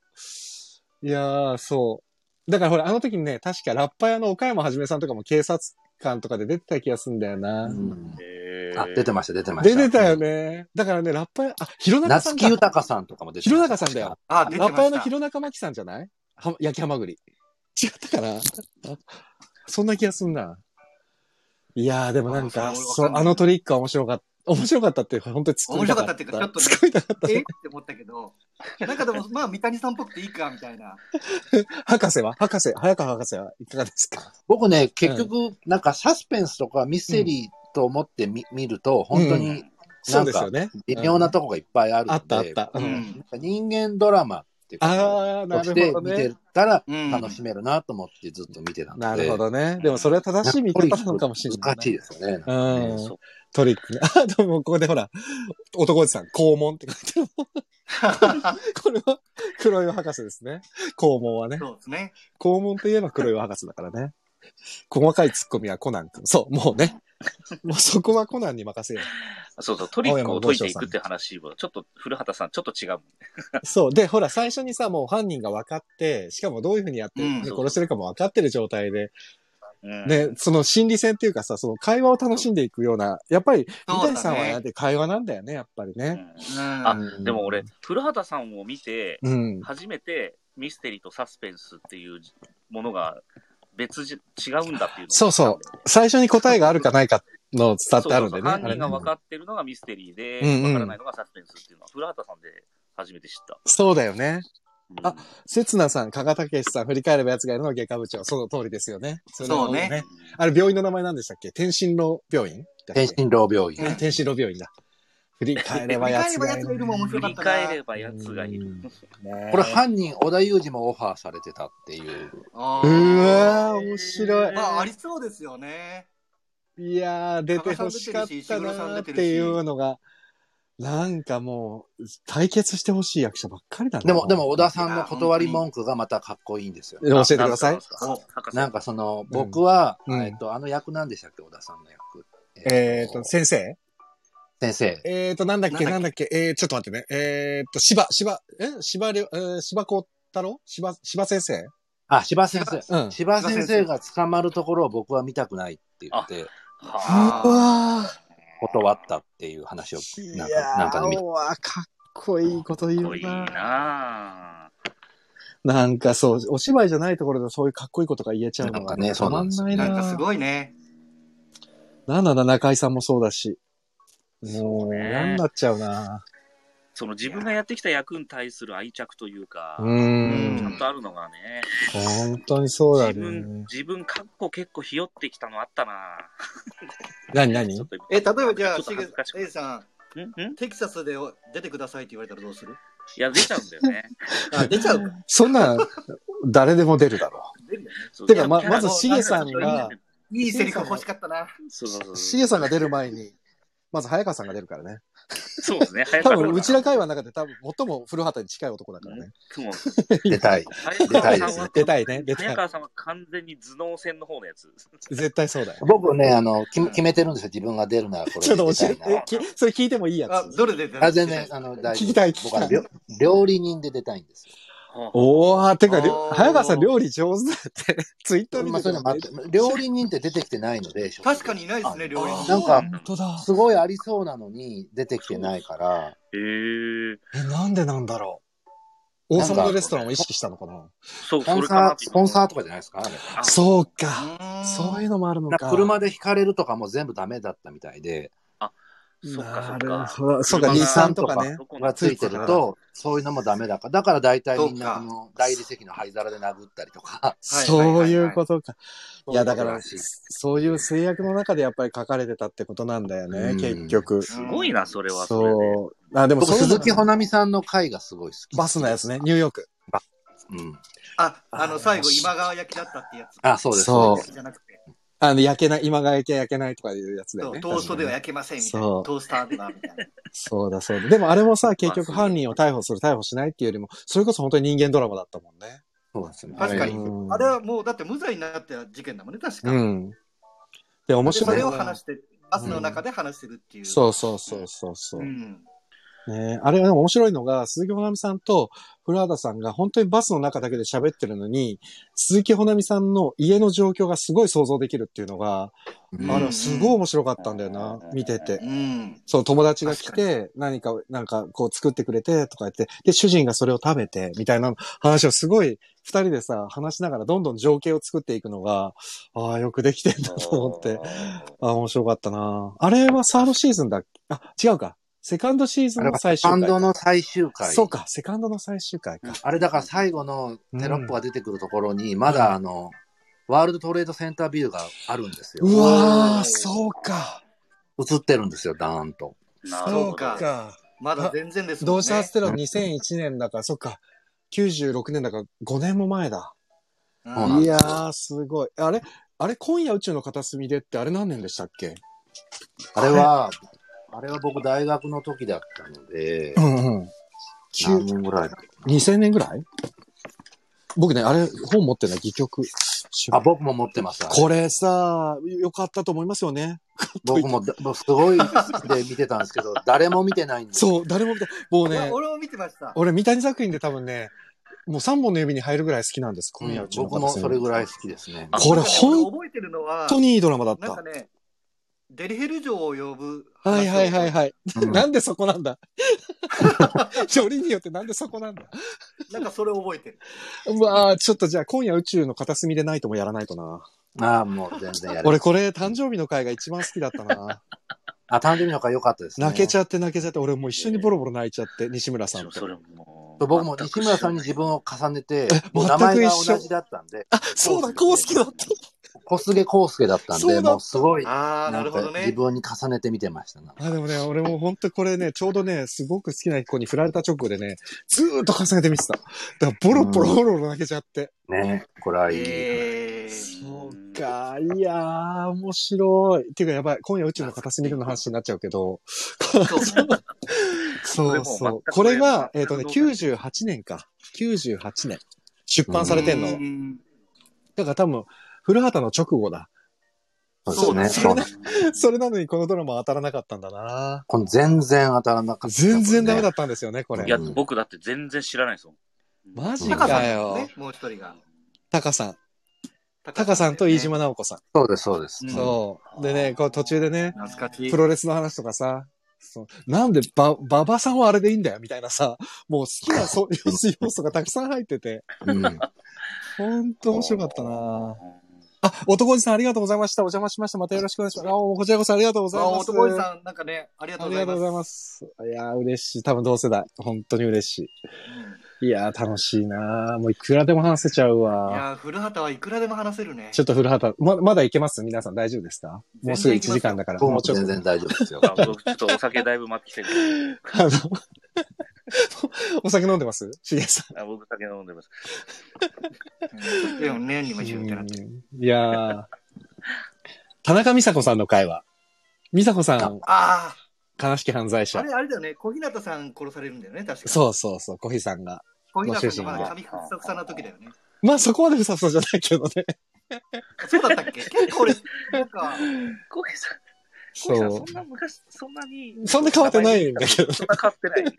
A: いやー、そう。だからほら、あの時にね、確かラッパ屋の岡山はじめさんとかも警察官とかで出てた気がするんだよな。
C: うん
D: え
C: あ、出てました、出てまし
A: 出
C: た。
A: てたよ。ね。だからね、ラッパ屋、あ、弘中さ
C: 夏
A: ん
C: 木
A: だ。
C: 豊さんとかも出て
A: 弘中さんだよ。。
B: あ、出て
A: ラ
B: ま
A: ッパ屋の
B: した。
A: 弘中真紀さんじゃないは焼きハマグリ。違ったかなそんな気がすんな。いやー、でもなんか、
B: あそ
A: そ
B: れ
A: う
B: はわかんな
A: あ
B: い
A: のトリックは面白かった。面白かったっていうか、本当に突っ込みたかった。
B: 面白かったっていうかちょ
A: 突っ込みたかった。
B: えって思ったけど、なんかでも、まあ、三谷さんっぽくていいか、みたいな。
A: 博士は博士、早川博士はいかがですか
C: 僕ね、結局、なんかサスペンスとかミステリーと思ってみ見ると、本当に
A: そうですよね。
C: 微妙なとこがいっぱいあるんで、
A: あったあった。う、
B: うんん。
C: 人間ドラマっていうか、
A: あー、な
C: とし
A: る
C: て
A: ほど
C: 見て
A: ね。
C: るから
B: うん
C: 楽しめるなと思ってずっと見てたんで。
A: なるほ
C: ど。
A: どね。でもそれは正しい見方なのかもしれない。
C: 難しいですよね。
A: う
D: ー
A: ん
D: そう
A: トリックね。 あ、でもここでほら、男おじさん、肛門って書いてある。これは、黒岩博士ですね。肛門はね。
B: そうですね。
A: 肛門といえば黒岩博士だからね。細かいツッコミはコナン君。そう、もうね。もうそこはコナンに任せよう。
D: そうそう、トリックを解いていくって話は、ちょっと古畑さん、ちょっと違うもんね。
A: そう。で、ほら、最初にさ、もう犯人が分かって、しかもどういうふうにやって、
B: うん
A: ね殺してるかも分かってる状態で、
D: うん
A: ね、その心理戦っていうかさ、その会話を楽しんでいくような、やっぱり、三
B: そう
A: 谷さ
B: だ
A: んはや
B: ね
A: っ。て会話なんだよね、やっぱり
D: う
A: ね。
D: ん
B: うん
D: あでも俺、古畑さんを見て、
A: うん。
D: 初めてミステリーとサスペンスっていうものが別じ違うんだっていうのを
A: そうそう最初に答えがあるかないかの伝わってあるんでね。
D: そうそうそう犯人が
A: あれね
D: 分かってるのがミステリーで、
A: うんうん
D: 分からないのがサスペンスっていうのは、古畑さんで初めて知った。
A: そうだよね。
D: うん
A: あ刹那さん、加賀武さん、振り返れば奴がいるのは外科部長。その通りですよね。それはも
B: そうね。
A: あれ、病院の名前なんでしたっけ天心楼病院だっけ
C: 天心楼病
B: う
C: 院
B: ん。
A: 天心楼病院だ。振り返れば
B: 見返
A: 奴
B: れば
A: がい
B: や
A: る
B: つがいるも面
D: 振
B: 白かっ
D: り
B: たな。
D: 返ればやつがいる。
A: ね
C: これ犯人、小田裕二もオファーされてたっていう。
B: あ
A: う
B: ー
A: わー面白い。
B: まあ、ありそうですよね。
A: いやー、出てほしかったなーっていうのが、なんかもう、対決してほしい役者ばっかりだな。
C: でも、でも小田さんの断り文句がまたかっこいいんですよ。
A: 教えてください。
B: お
C: なんかその、僕は、
A: うん
C: えっと、あの役なんでしたっけ、小田さんの役。
A: えっ、ー、と、先生
C: 先生。
A: えっ、ー、と、なんだっけ、な
B: なん
A: だっけ、えー、ちょっと待ってね。えっ、ー、と、芝、芝、え芝りょ、えー、芝幸太郎芝、芝先生
C: あ、芝先生。
A: うん。
C: 芝先生が捕まるところを僕は見たくないって言って、
D: は
A: うわ
C: 断ったっていう話を
A: ー
C: なん
A: いや
C: か、
A: ー
C: なんかで見た。
A: うわーかっこいいこと言
D: かっ
A: う
D: こいい
A: な
D: な
A: なんかそう、お芝居じゃないところでそういうかっこいいことが言えちゃうの
C: なんか
A: が
C: ね
A: たまんないな。
B: なんかすごいね。
A: なんだな、中井さんもそうだし。もう、
D: ね
A: 嫌になっちゃうな。
D: その自分がやってきた役に対する愛着というか、
A: う
D: ちゃ
A: ん
D: ん。とあるのがね、
A: 本当にそうだ
D: 自分
A: ね、。
D: 自分、かっこ結構ひよってきたのあったな
A: 何何
D: ちょっと
B: え、例えばじゃあ、
D: ちょ
B: しげ
D: っと恥ずかしく
B: A さん、
D: んん
B: テキサスで出てくださいって言われたらどうする
D: いや、出ちゃうんだよね。
B: あ、出ちゃうか。
A: そんな、誰でも出るだろ
B: 出るよね。
D: そう
A: てかま
D: キャラ
B: まずしげさん
A: が
B: いいセリフ欲しかったな。
D: そうそうそう
A: う。シゲさんが出る前に、まず早川さんが出るからね。
D: そうですね、早
A: 多
D: 川さん
A: 分、うちら会話の中で多分、最も古畑に近い男だからね。
D: もう
C: 出たい。
D: 早
C: 出た
D: 川
C: い
D: さ
C: で
D: ん
C: す
D: は
C: ね
A: 出たいね、出た
D: 早
A: い。
D: 川さんは完全に頭脳戦の方のやつ。
A: 絶対そうだよ。
C: 僕ね、あの、決め決めてるんですよ。自分が出るならこれ
A: ちょ
C: で
A: っと教え
C: 出たい
A: て、
C: な
A: え。きそれ聞いてもいいや
B: あ、
A: つ。
B: どれ出てる
C: あ、全然、あの、大
A: 聞
C: 丈
A: きたい、聞
C: 夫。
A: き
C: 僕
A: た
C: は料
A: い。
C: 料理人で出たいんですよ。
A: おー、てか、り
B: あ
A: ょ
B: ー
A: 早川さん料理上手だって、 ツイッター見
C: まあ、
A: て
C: そ
A: て
C: れでもあって料理人って出てきてないので、
B: 確かにいないですね、料理
A: あ
B: 人。
C: なんか
A: 本当だ。
C: すごいありそうなのに出てきてないから、
D: へえ。
A: え、なんでなんだろう。王様のレストランを意識したのかな
D: そう、
C: スポ
D: そ
C: ン
D: れ
C: サ
D: かな
C: ー、スポンサーとかじゃないですかあれ
D: あ
A: そうか。
B: か
A: そういううのもあるの
C: なん
A: か。
C: か車で引かれるとかも全部ダメだったみたいで、
D: そっかそ
A: な
D: っ
A: る
D: か。
A: ほど。そうか、日
D: 車が
A: 産とかね。
D: どこの
C: がついてると、そういうのもダメだから、だから大体みん
B: そう
C: な
B: か
C: あの大理石の灰皿で殴ったりとか、
B: はい
A: そういうことか。いや、
C: そ
A: だ
C: う
A: か
C: いうこと
A: ら
C: らしい、
A: そういう制約の中でやっぱり書かれてたってことなんだよね
C: う、ん
A: 結局。
D: すごいな、それは。それで。
A: そう。 あ、でも
C: 僕、
A: そういうの
C: 鈴木穂波さんの回がすごい好き。
A: バスのやつね、ニューヨーク。
C: うん。
B: あ、あの、最後、今川焼きだったってやつ。
C: あ、そうです。
A: そう
C: そうです
B: 焼きじゃなくて、
A: あの、焼けない、今が焼け焼けないとかいうやつだ
B: そ
A: よ
B: う
A: ね。
B: トーストで
A: 確かに
B: は
A: ね
B: 焼けませんみたいな。
A: そう
B: トースターではみたいな。
A: そうだそうだ。でもあれもさ、結局犯人を逮捕する、逮捕しないっていうよりも、それこそ本当に人間ドラマだったもんね。
C: そうですね。
B: 確かに
A: うん
B: あれはもう、だって無罪になった事件だもんね、確か。
A: うん。で、面
B: で
A: 白
B: そ
A: い
B: れ
A: よ
B: を
A: ね。
B: 話して、バスの中で話してるっていう。
A: そうそうそうそうそうう。
B: ん。
A: ねあれ、でも面白いのが、鈴木ほなみさんと古畑さんが本当にバスの中だけで喋ってるのに、鈴木ほなみさんの家の状況がすごい想像できるっていうのが、
B: うん
A: あれはすごい面白かったんだよな、
D: うん
A: 見てて
B: う。ん。
A: そう、友達が来て、何か、なんか、こう作ってくれて、とか言って、で、主人がそれを食べて、みたいな話をすごい、二人でさ、話しながらどんどん情景を作っていくのが、ああ、よくできてんだと思って。ああ、面白かったな。あれはサードシーズンだっけあ、違うか。セカンドシーズ
C: あ
A: ン
C: れ
A: の
C: は
A: 最
C: セ
A: 終回
C: カン
A: か。
C: ドの最終回。
A: そうか、セカンドの最終回か。
C: あれだから最後のテロップが出てくるところに、まだあの、ワールドトレードセンタービューがあるんですよ。
A: うわ
B: お
A: ー、
B: ー
A: そうか。
C: 映ってるんですよ、ダーンと。
D: なる
B: そ
D: ほ
B: う
D: ど。
B: かまだ全然ですもんね。
A: 同時発テロ2001年だから、そっか。96年だから5年も前だ。
B: うん
C: そうなん
A: い
C: です
A: やー、すごい。あれあれ今夜宇宙の片隅でってあれ何年でしたっけ
C: あれは、あれは僕大学の時だったので、
A: んうん。9
C: 何年ぐらいだ
A: 2000年ぐらい僕ね、あれ本持ってない、戯曲。
C: あ、僕も持ってます。
A: これさ、よかったと思いますよね。
C: 僕もだもうすごい好きで見てたんですけど、 誰も見てないんですよ。
A: そう、誰も見た。もう
B: いや
A: ね、
B: 俺も見てました。
A: 俺、三谷作品で多分ね、もう3本の指に入るぐらい好きなんです、今夜宇宙の
C: 僕
A: 片
C: も
A: 隅。
C: それぐらい好きですね。
A: これ
B: なんかね
A: 本
B: 俺覚えてるのは、
A: 本当にいいドラマだっ
B: なん
A: た
B: か。ね、デリヘル城を呼ぶ。
A: はいはいはい
B: い。
A: はい。
C: うん
A: なんでそこなんだ よりによってなんでそこなんだ
B: なんかそれ覚えてる。
A: うわあちょっとじゃあ今夜宇宙の片隅でないともやらないとな。
C: ああ、もう全然やれ。
A: 俺これ誕生日の会が一番好きだったな。
C: あ、誕生日の方が良かったですね。
A: 泣けちゃって泣けちゃって、俺もう一緒にボロボロ泣いちゃって、西村さんと。
D: それも
C: 僕も西村さんに自分を重ねて、もう名
A: 全
C: 前
A: く一
C: が
A: 緒
C: 同じだったんで、
A: あ、そうだ、こう好きだった。
C: 小菅康介だったん
A: そうだ
C: で、
A: った
C: もうすごい、
B: ああ、な
C: な
B: る
C: ん
B: ほ
C: か
B: ど
C: 自
B: ね。
C: 分に重ねて見てましたな。
A: あ、でもね、俺も本当これね、ちょうどね、すごく好きな子に振られた直後でね、ずーっと重ねて見てた。だからボロボロボロボロ泣けちゃって。
C: ね、これはいい。
B: えー
A: そうか、いやー、面白い。っていうかやばい、今夜宇宙の片隅での話になっちゃうけど、
B: そうね
A: そう
D: これ
A: そ
D: も
A: う
D: う。全く
A: これが、えっ、
D: 全く
A: とね、
D: 同感
A: 98年か。98年。出版されてんの。
B: うん
A: だから多分、古畑の直後だ。
C: そうですね。
A: そ
C: そう
A: う それなのにこのドラマは当たらなかったんだな
C: この全然当たらなかった、
A: 全然ダメだ
C: っ
A: ったんですよね、これ。
D: いや、
C: うん
D: 僕だって全然知らないですもん。
A: マジか
B: 高さんだもん
A: よ
B: ね。、もう一人が。
A: タカさん。タカさんと飯島
B: ね。
A: 直子さん。
C: た。そうです、そうです。
B: うん
A: そう。でね、こう途中でね、
B: 懐かしい
A: プ。ロレスの話とかさ、そうなんでば、ばばさんはあれでいいんだよ、みたいなさ、もう好き なそう要素がたくさん入ってて、
C: うん
A: ほんと面白かったなあ、男おじさんありがとうございました。お邪魔しました。またよろしくお願いします。あ、こちらこそありがとうござい
B: あ、
A: ます。
B: 男さん、なんかね、ありがと
A: あ
B: う
A: り
B: ござ
A: が
B: い
A: とう
B: ま
A: ご
B: す。
A: ざいます。いやー、嬉しい。多分同世代。本当に嬉しい。いやー、楽しいなー。もういくらでも話せちゃう
B: うんい
A: わ。
B: やー、古畑はいくらでも話せるね。
A: ちょっと古畑、ま、まだいけます皆さん大丈夫ですかもうすぐ1
B: 全然いけますよ
A: 時間だから、
C: 僕
A: も
C: も
A: うちょっ
C: 全
A: と。
C: 然大丈夫で すよ。
D: あ僕ちょっとお酒だいぶ待ってきてるんで
A: あの、 お酒飲んでますしげさん。
D: あ僕酒飲んでます。
B: うんでもね、にも一緒みたいな。
A: うんいやー。田中美佐子さんの会話。美佐子さん、
B: あ
A: 悲しき犯罪
B: あ、あ
A: 者。
B: れ、あれだよね。小日向さん殺されるんだよね、確か。
A: そうそうそう、コヒさんが。
B: 小日向さん
A: ご主人
B: がま
A: が
B: だ髪ふさふさな時だよね。
A: まあそこまでふさふさじゃないけどね。
B: そうだった っけ結構俺、なんか、
D: コウヘイさん、コウヘイさん
A: そ
D: そんな昔、そんなに。
A: そんな変わってないんだけどね
D: そんな変わってない。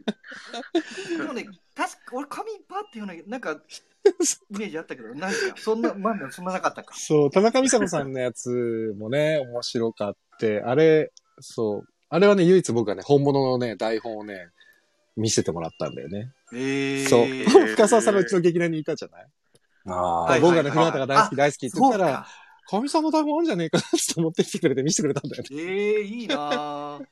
B: でもね、確か、俺髪パっていうような、なんか、イメージあったけど、なんか、そんな、まあ、そんななかったか。
A: そう、田中美佐子さんのやつもね、面白かって、あれ、そう、あれはね、唯一僕がね、本物のね、台本をね、見せてもらったんだよね。
B: えー、
A: そう。深澤さんがうちの劇団にいたじゃない、
C: あ
B: はい
C: あ、
A: 僕がね、
B: はい
A: 古畑が大好き大好きって言っ
B: そ
A: た
B: う
A: ら、
B: か。
A: かみさんの台本あるんじゃねえかなって思ってきてくれて見せてくれたん だよね。
B: えー、いいなぁ。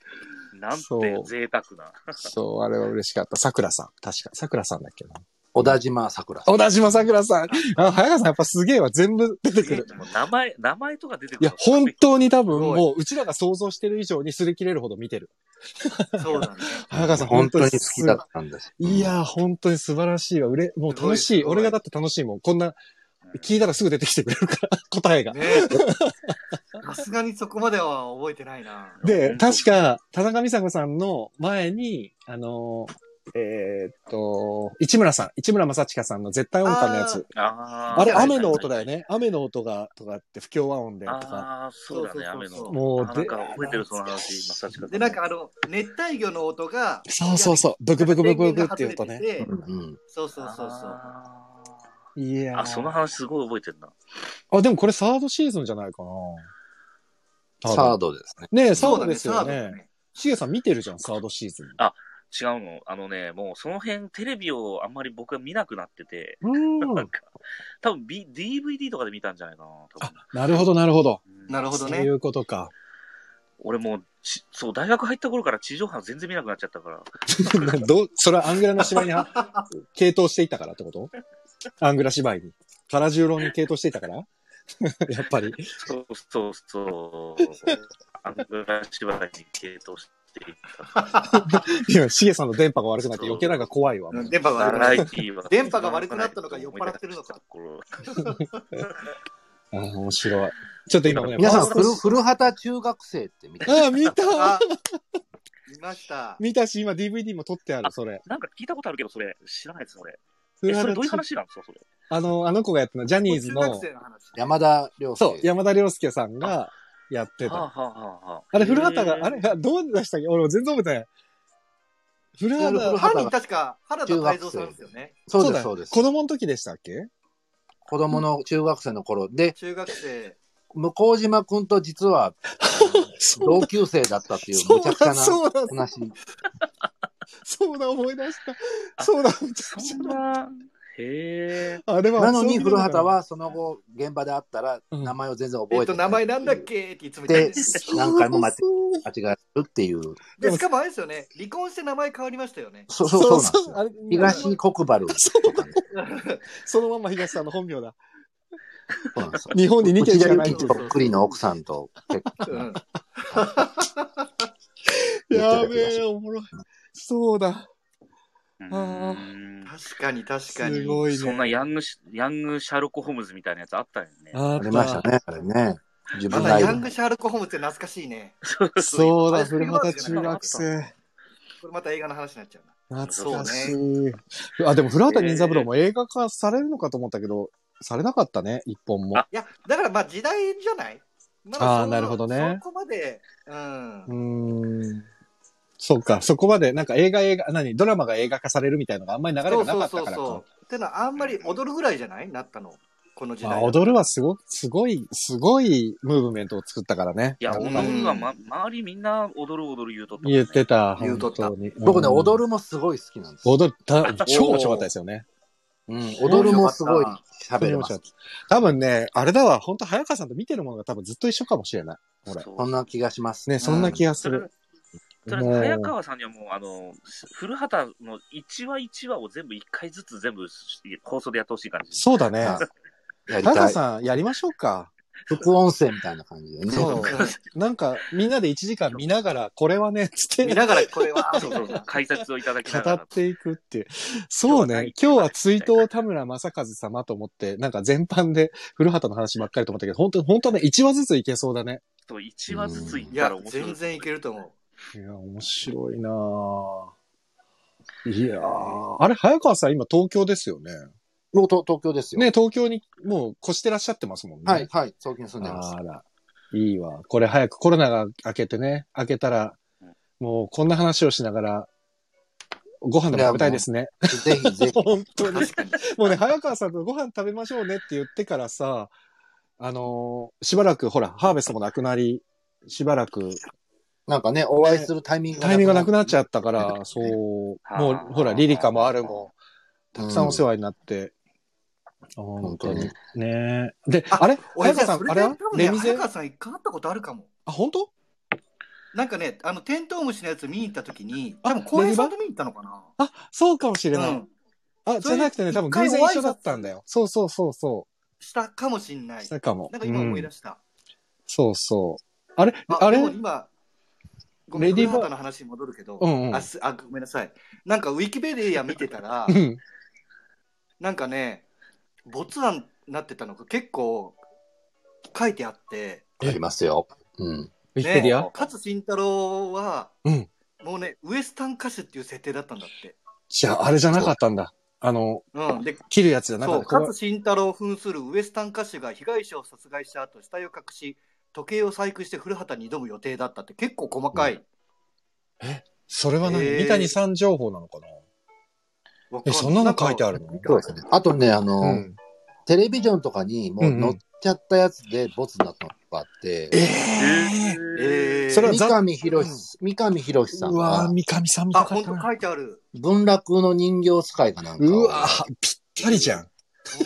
D: なんて
A: そう
D: 贅沢な。
A: そう、あれは嬉しかった。桜さん。確か。桜さんだっけな。
C: 小田島桜さん。
A: 小田島桜さん。あ、早川さんやっぱすげえわ。全部出てくる。
D: もう名前、名前とか出てく
A: い
D: る
A: や
D: の、
A: 本当に多分
B: すごい
A: もう、うちらが想像してる以上に擦り切れるほど見てる。
B: そうだね。
A: 早川さん
C: 本当に好
A: す
C: きだったんです。
A: いやー、本当に素晴らしいわ。うれ、もう楽しい。
B: すごいすごい
A: 俺がだって楽しいもん。こんな、聞いたらすぐ出てきてくれるから、答えが。
B: ねえさすがにそこまでは覚えてないな
A: で、
D: 本当
A: 確か、田中美佐子さんの前に、あのーえーっと、市村さん、市村正親さんの絶対音感のやつ。
D: あー
A: あれ、
D: はいはい
A: 雨の音だよね。雨の音が、とかって不協和音で、とか。
D: ああ、そうだね、
B: そうそう
D: 雨
B: そうそう
D: の。
A: もう
D: あな
A: で
D: んか覚えてる、その話、まさしく。
B: で、なんかあの、熱帯魚の音が、
A: そうそうそう。ブクブクブクブクっていう音ね。
B: ね
C: うんうん。
B: そうそうそうそう。
D: あ
A: いや
D: ーあ、その
A: ー
D: 話すごい覚えてるな。
A: あ、でもこれサードシーズンじゃないかな。
C: サー
A: ド。
C: ドですね。
A: ねえ、サ
B: そ
A: ー
B: うだ
A: ド
B: ね、
A: ですよ
B: サードだ
A: ね。
B: ね。
A: しげさん見てるじゃん、サードシーズン。
D: 違うの。あのね、もうその辺、テレビをあんまり僕は見なくなってて、
A: う
D: なん。か、多分、B、DVD とかで見たんじゃないかな、多分。
A: なるほど、なるほど。
D: うん
B: なるほ
A: そ
B: ど
A: うい
B: ね。
A: うことか。
D: 俺もうち、そう、大学入った頃から地上波全然見なくなっちゃったから。
A: どう、それはアングラの芝居には傾倒していったからってことアングラ芝居に。カラジュロに傾倒していったから やっぱり。
D: そうそうそう。ア ングラ芝居に系統していった。
A: 今、しげさんの電波が悪くなって余計なんか怖いわ。もう
B: 電波が
D: バ
B: 悪くな
D: ラ
B: い
D: エティーは。
B: 電波が悪くなったのか酔っ払ってるのか。
A: あー面白い。ちょっと今ね、
C: 皆さん、
A: ファー
C: 古
A: スト
C: 古畑中学生って見て
A: ああ、見た
B: あ、いました。
A: 見たし、今 DVD も撮ってある、それ。
D: なんか聞いたことあるけど、それ、知らないです、俺。
A: 古
D: え、そ
A: 畑
D: れどういう話なんですか、それ。
A: あの、あの子がやったの、ジャニーズ
B: 中学
A: の、
B: 生の話。
C: 山田涼
A: そう、
C: 介。
A: 山田涼介さんがやって
D: はあ
A: た。
D: はあはあはあ。
A: あれ、古畑
D: へ
A: が、
D: ー
A: あれ、どうでしたっけ俺全然覚えてない。古
C: 古
A: 畑、
B: 犯人確か原田泰造さんですよね。
C: そうで
A: だ
C: す、そうです。
A: 子供の時でしたっけ
C: 子供の中学生の頃で、
B: 中学生。
C: 向島くんと実は
A: そう
C: 同
A: だ、
C: 級生だったっていう
A: そ
C: む
A: う
C: ちゃくちゃ
A: だ、
C: な
A: そうだ、
C: 話。
A: そうだ、思い出した。そうだ、めちゃくち
D: そんな、へえ。
A: ゃ。あれは
C: なの
A: そうい
C: に
A: う
C: 古
A: のかな
C: 畑、はその後現場で会ったら
A: うん
C: 名前を全然覚
B: え
C: え
B: ってと、
C: ない
B: 名前なんだっけっていつも言って
C: で
B: る。
C: 何回も間違
A: そうだ
C: 間違えるっていう。
B: で、しかもあれですよね。離婚して名前変わりましたよ ね。
C: そうそうそ
A: そうう
C: なん
A: そ
C: で
A: う
C: すよ。
A: あれ
C: 東国原とかね。
A: そのまま東さんの本名だ。
C: そうなんですよ。
A: 日本に2件し
C: 内田
A: か
C: 有
A: ない
C: 紀
A: ってい
C: と
A: う
B: そう
C: っくりの奥さんと結
B: う
C: 婚
B: ん。
A: やべえ、おもろい。そうだ。
D: う
A: あ
D: ーん
B: 確かに確
A: す
B: かに。
A: ごいね。
D: そんなヤングシ、ヤングシャーロック・ホームズみたいなやつあったよね。
A: あっ
C: ありましたね、あれね。自
B: ま
C: 分
B: だ
C: がい
B: ヤン
C: る
B: グ。シャーロック・ホームズって懐かしいね。
A: そうだ、
B: そう
A: 古
B: いう
A: 畑中学生。
B: これまた映画の話になっちゃうな。
A: 懐かしい。あ、でも古畑任三郎も映画化されるのかと思ったけど、されなかったね、一本も。
D: あ
B: いや、だからまあ時代じゃないまだ
A: あー
B: その
A: なるほどね
B: そこまで、うん
A: う。ーん。そうか、そこまで、なんか映画映画、何、ドラマが映画化されるみたいのがあんまり流れがなかったからか。
B: う。ってのはあんまり踊るぐらいじゃないなったの。この時
A: まあ、
B: 代。
A: 踊るはすごく、すごい、すごいムーブメントを作ったからね。
D: いや、
A: なんか
B: う
D: 女
B: ん
D: は、ま、周りみんな踊る踊る言うとったもんね
A: 言ってた。
B: 言うとった
A: 本当に
C: 僕ね、踊
A: る。
C: るもすごい好きなんですよ。
A: 踊った、超面白かったですよね。
C: うん、踊るもすごい喋れ
A: 面
C: ま
A: 白
C: す
A: か。った。多分ね、あれだわ、本当早川さんと見てるものが多分ずっと一緒かもしれない。ほら。
D: そう
C: そんな気がします。
A: ね、そんな気がす
D: それ
A: る。
D: とりあえず早川さんにはもう、あの、古畑の1話1話を全部1回ずつ全部放送でやってほしい感じ。
A: そうだね。
C: あやり
A: 早
C: た
A: 川
C: い。
A: さん、やりましょうか。
C: 副音声みたいな感じでね。
A: そうなんか、みんなで1時間見ながら、これはね、つっ
B: 見
A: て
B: ながらこれは、
D: そうそうそう解説をいただきな
A: 語
D: がら
A: っ。ていくっていう。そうね。今日は追悼田村正和様と思って、なんか全般で古畑の話ばっかりと思ったけど、本当本当ね、1話ずついけそうだね。
D: と1話ずついっ
B: い
D: た
B: や
D: ら、面白い。
B: 全然いけると思
A: いや、面白いなぁ。いやぁ。あれ、早川さん、今東京ですよね。
C: もうと東京ですよ。
A: ね、東京にもう越してらっしゃってますもんね。
C: はい、。はい、東京に住んでます
A: あ。ら、いいわ。これ早くコロナが明けてね、明けたら
D: うん、
A: もうこんな話をしながら、ご飯でも食べたいですね。
C: ぜひぜひ。
A: 本当
B: う。
A: に。
B: 確かに。
A: もうね、早川さんとご飯食べましょうねって言ってからさ、あのーしばらく、ほら、ハーベストもなくなり、しばらく、
C: なんかね、お会いするタイミング
A: タイミングがなくなっちゃ
C: っ
A: ったから、そう、も
D: はあ
A: う、ほら、リリカもあるも、
C: た
A: たくさんお世話になって。本
C: 本
A: 当
C: 当
A: に
C: に。
A: ねえで、
B: あ
A: あれ
B: 俺
A: 早
B: じ
A: 川さ
B: ゃあそ
A: ん、あ
B: れ
A: れ
B: で
A: は
B: 多分ね、
A: レミゼ
B: 早川さん一回会ったことあるかも。
A: あ、本当
B: なんかね、あの、テントウムシのやつ見に行った時に、多分公園さんと見に行ったのかな。
A: あ、そうかもしれない。
B: うん。
A: あ、じゃなくてね、多分偶然一緒だったんだよ。そうそうそうそ
B: したかもしんな
A: う。
B: い
A: し。たかも。
B: なんか今思い出
A: し
B: した。
A: そうそう。あれあれ
B: でも今、ごめん、
A: レディ
B: 古
A: ーバー
B: 畑の話に戻るけど、
A: うんうん
B: あすあ、ごめんなさい。なんかウィキペディア見てたら
A: う、ん。
B: なんかね、没案になってたのが結構書いてあって、
C: ありますよ。うん。
A: ウィキペディア
B: ね勝慎太郎は、
A: うん
B: もうね、ウエスタン歌手っていう設定だったんだって。
A: いや、あれじゃなかったんだ。あの、
B: うん、で
A: 切るやつじゃなか
B: そ
A: っ
B: う
A: た。これ
B: 勝慎太郎扮するウエスタン歌手が被害者を殺害した後死体を隠し時計を細工して古畑に挑む予定だったって結構細かい、
A: それは何、
B: えー
A: 三谷さん情報なのかな
B: わか
A: え、
B: んない
A: そんなの書いてあるの
C: そうですね。あとね、あの、
A: うん。
C: テレビジョンとかにも
A: う
C: うん
A: うん
C: 乗っちゃったやつでボツになったのがあって、
A: え
B: えー
A: それは
C: 三上博史、三上博史さ
A: ー、
C: ん
A: うわ
C: が
A: ー、三上さん見
B: あ
A: たかっ
B: 本
A: た
B: 当
A: な。
B: 書いてある
C: 文楽の人形使いかなんか
A: う
C: を
A: わー、ぴったりじゃん。
B: 本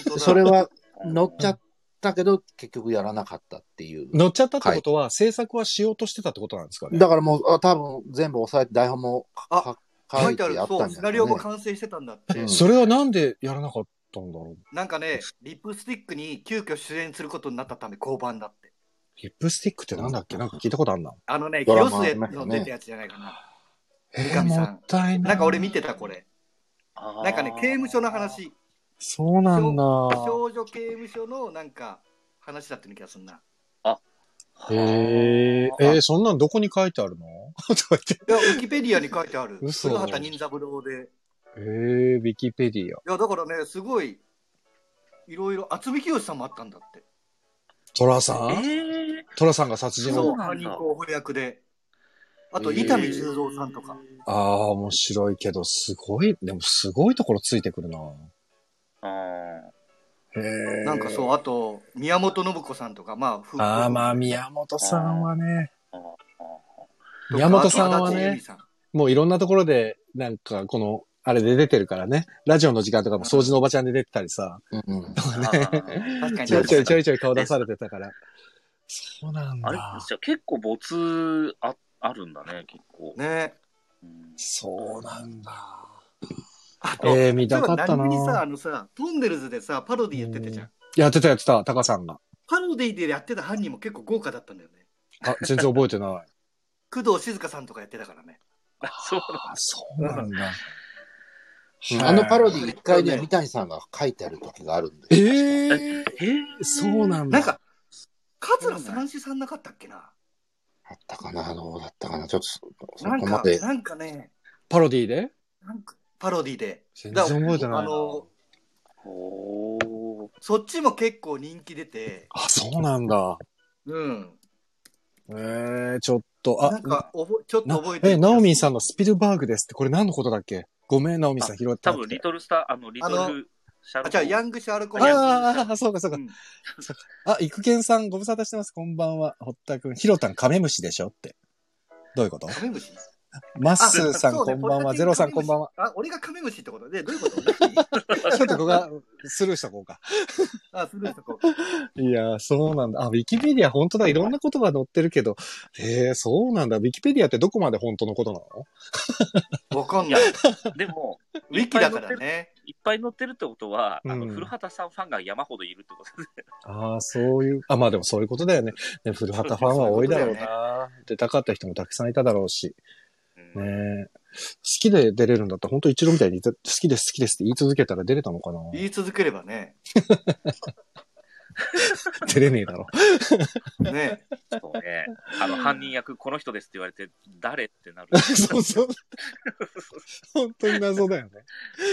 B: 当だ
C: それは
D: うん
C: 乗っちゃったけど、結局やらなかったっていう。
A: 乗っちゃったってことは、制作はしようとしてたってことなんですかね。
C: だからもう、あ多分全部押さえて台本もかか
B: 書
C: 書
B: いて
C: いて
B: あ
C: あ
B: る
C: った
B: そうん
C: じ
B: シ
C: ゃ
B: ナ
C: ない
B: リオも完成してたんだって、
C: うん
A: それはなんでやらなかったんだろう。
B: なんかねリップスティックに急遽主演することになったため降板だって
A: リップスティックってなんだっけなんか聞いたことあんな。
B: あのね
C: ドラ
B: 清
C: マ
B: 末
C: ありました
B: の
C: ね
B: 出たやつじゃないかな、
A: え
B: 三
A: ー、
B: 上さ
A: も
B: ん
A: ったいない。
B: なんか俺見てたこれなんかね刑務所の。
D: あー
B: 話
A: そうなんだ。
B: 少女刑務所のなんか話だったような気がするな
A: へえ、えー、そんなんどこに書いてあるの とか言って。
B: いや、ウィキペディアに書いてある。
A: 嘘
B: 古畑任三郎で。い
A: えー、ウィキペディア。
B: や、だからね、すごい、いろいろ、渥美清さんもあったんだって。
A: トラさ
D: え
A: ん
D: ー、
A: トラさんが殺人
B: そ、
D: そうう
A: を。
D: な
B: 犯
D: んだ
B: 人候補役で。あと、
C: へー
B: 伊丹十三さんとか。
A: ああ、面白いけど、すごい、でもすごいところついてくるな。
D: あ
A: へえ。
B: なんかそう、あと、宮本信子さんとか、まあ、夫婦
A: ああ、まあ、宮本さんはね、
D: ーあー
B: とか
A: 宮本さんはね
B: あと足立由美さん
A: もういろんなところで、なんか、この、あれで出てるからね。ラジオの時間とかも掃除のおばちゃんで出てたりさ、
C: うんうん
D: あー。
B: 確かに
A: ちょいちょいちょ
B: い。
A: いちょい顔出されてたから。そうなん
D: あれ
A: だ。
D: じゃあ結構没ああるんだね、結構。
B: ね。
D: うん
A: そうなんだ。
B: あと、
A: えー、見たかった
B: 何気にさ、
A: な。
B: あのさ、トンネルズでさ、パロディやってたじゃ。
A: うんやってたやってた、タカさんが。
B: パロディでやってた犯人も結構豪華だったんだよね。
A: あ、全然覚えてない。
B: 工藤静香さんとかやってたからね。
D: あそ う
A: あ、そうなんだ。
C: うんあのパロデ
A: ィ。
C: ィ一回ね、三谷さんが書いてある時があるんで
A: え
C: すよ。
A: ー、
D: えー、
A: そうなんだ。
B: なんか、桂三枝さんなかったっけな
C: あったかなどうだったかなちょっとそ、そ
B: なん
C: こま
B: か、
C: で。
B: なんかね、
A: パロディで
B: なんかパロディで。
A: 全然覚えてな
B: あ
A: いな。
B: の、
D: おー
B: そっちも結構人気出て、
A: あ、そうなんだ。
B: うん。
A: えー、ちょっと、あ
B: な、んかおぼ、ちょっと
A: な
B: 覚えて
A: え、ナオミンさん
B: の。
A: のスピルバーグですって、これ何のことだっけごめん、ナオミンさん拾って
D: 多
A: なく
D: 分
A: て
D: リトルスター、あの、リト
B: あの
D: ルシャ
B: あ、じゃあ、ヤ
D: ン
B: ングシャールコ
A: あ
B: ン
A: ー
B: ヤン
A: あ
B: グ
A: ーあー、そうかそうか。
B: うん
A: あ、イクケンさん、ご無沙汰してます。こんばんは。堀田くん。ひろたん、カメムシでしょって。どういうこと
B: カメムシ
A: マッ
B: あ
A: スーさん、
B: そう
A: こ
B: ね
A: んばん
B: ポ
A: は。
B: ッ
A: ゼ
B: タ君
A: ロさん、こんばんは。
B: カメムシあ、俺がカメムシってことで、どう いうこと
A: ちょっとここがスルーしとこうか。
B: あ、するとこ。
A: いやー、そうなんだ。あ、ウィキペディア本当だ。いろんなことが載ってるけど。へえ、そうなんだ。ウィキペディアってどこまで本当のことなの
B: わかん
D: い
B: な
D: や
B: い。、
D: でも、
B: ウィキだからね。
D: いっぱい載ってるってことは、あの、
A: うん
D: 古畑さんファンが山ほどいるってことですね。
A: ああ、そういう。あ、まあでもそういうことだよね。ね古畑ファンは多いだろう
B: そういうこ
A: な。出たかった人もたくさんいただろうし。
D: う
A: ね
D: ん
A: え好きで出れるんだったら、本当一郎みたいに好きです好きですって言い続けたら出れたのかな
B: 言い続ければね。
A: 出れねえだろ。
B: ね。
D: そうね。あの、犯人役、この人ですって言われて、誰ってな る。
A: そうそう。本当に謎だよね。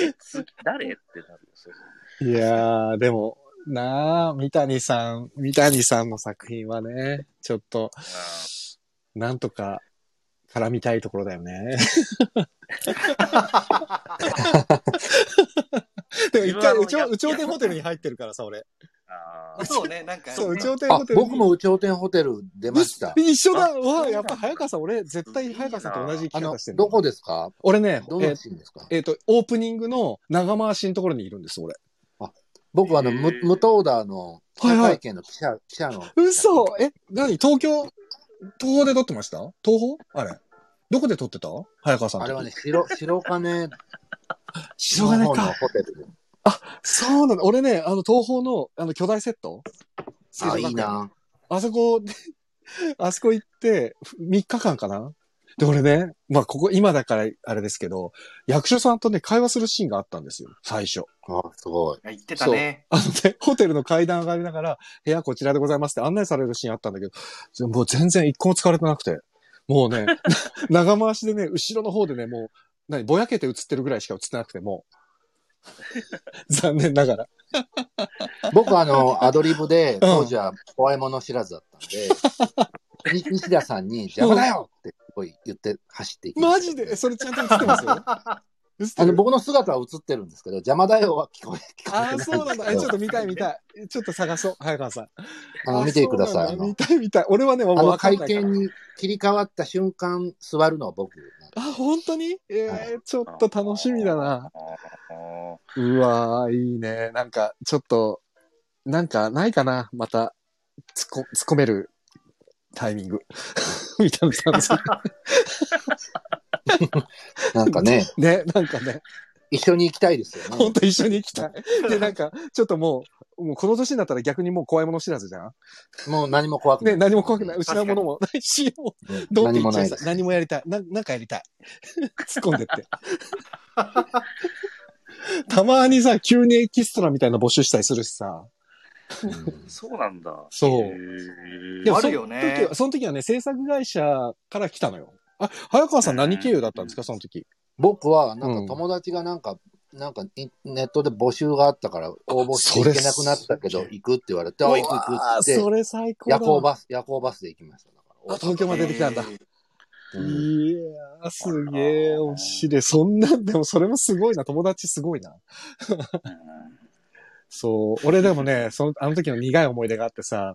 D: え次誰ってなるよ。そうそう
A: いやー、でも、なあ、三谷さん、三谷さんの作品はね、ちょっと、なんとか絡みたいところだよ ね。でも一回、うちょうちょう天ホテルに入ってるからさ、俺。
D: あーあ ー。
B: そうね、なんか、
A: そう、う
B: ね
A: ちょう天
C: あ
A: ホテ、ルに
C: 僕も宇宙天ホテル出ました。
A: 一緒だ
D: あ
A: う
D: そうな
A: わ
D: んだ
A: やっぱ早川さん、俺、絶対早川さんと同じ
C: あ
A: 生き
C: の
A: 方して、る
C: どこですか
A: 俺ね、え
C: どのシーンですか
A: えっ、と、オープニングの長回しのところにいるんです、俺。
C: 僕はあの、
D: えー
C: む無東ダーの記者会見の記者、記者の。
A: 嘘え、なに東京、東宝で撮ってました東宝あれ。どこで撮ってた早川さんの時
C: あれはね、、白、白金
A: 白
C: の
A: 金
C: 方の
A: か。
C: ホテル。
A: そうなんだ。俺ね、あの、東宝の、あの、巨大セット
C: あ、いい。な。
A: あそこで、 あそこ行って、3日間かなで、俺ね、まあ、ここ、今だから、あれですけど、役所さんとね、会話するシーンがあったんですよ、最初。
C: あ、すごい。
B: 言ってたね。
A: あのね、ホテルの階段上がりながら、部屋こちらでございますって案内されるシーンあったんだけど、 もう全然一個も疲れてなくて。もうね、長回しでね、後ろの方でね、もう、何、ぼやけて映ってるぐらいしか映ってなくても、残念ながら。
C: 僕あの、アドリブで、当時は怖いもの知らずだっ たんで、に西田さんに、邪魔だよってすごい言って走っていきま
A: マ
C: した
A: ジ
C: けど
A: でそれちゃんと映ってますよ。映って
C: あの
A: る
C: 僕の姿は映ってるんですけど、邪魔だよは聞こえ、聞こえ
A: あ
C: てない
A: あ、
C: です
A: そうなんだ。え、
C: け
A: ちょ
C: ど
A: っと見たい見たい。ちょっと探そう。早川さん。
C: あの見てください。
A: あ
C: あ
A: そうなん
C: の
A: 見たい見たい。俺はね、もう
C: あの
A: わかんな
C: 会
A: いから
C: 見に切り替わった瞬間、座るのは僕なんで
A: あ、本当にえー
C: は
A: ちょっと楽しみだな。
D: あー
A: うわー、いいね。なんか、ちょっと、なんか、ないかな。また、つこ、突っ込めるタイミング。 みたいな感じ。
C: なんか ね、
A: ね、なんかね、
C: 一緒に行きたいですよね
A: ほん。と一緒に行きたい。で、なんか、ちょっともう、もうこの年になったら逆にもう怖いもの知らずじゃん
C: もう何も怖くない。
A: ね、何も怖くない。
C: うん
A: 失うものもないし、もうどうって
C: 何
A: 言
C: も
A: っち
C: な
A: ゃ
C: い
A: い
C: で
A: たい
C: す。
A: 何もやりたい。ななんかやりたい。 突っ込んで って。たまにさ、急にエキストラみたいな募集したりするしさ。
C: うん
D: そうなんだ。
A: そう
D: へー
B: でも
A: そ
B: あるよね
A: の時はその時はね、制作会社から来たのよ。あ、早川さん何経由だったんですか、その時。
C: 僕は、なんか友達がなんか、なんかインネットで募集があったから応募して行けなくなったけど、
A: それ
C: 行くって言われて、あ、行く行く
A: あ、
C: って言っ
A: そ
C: て、
A: れ最高だ
C: 夜
A: わ。
C: 行バス、夜行バスで行きました。だから
A: あ東京まで出てきたんだ。
C: うん
A: いやー、すげえ、おしれ。そんなん、でもそれもすごいな。友達すごいな。そう。俺でもね、 その、あの時の苦い思い出があってさ、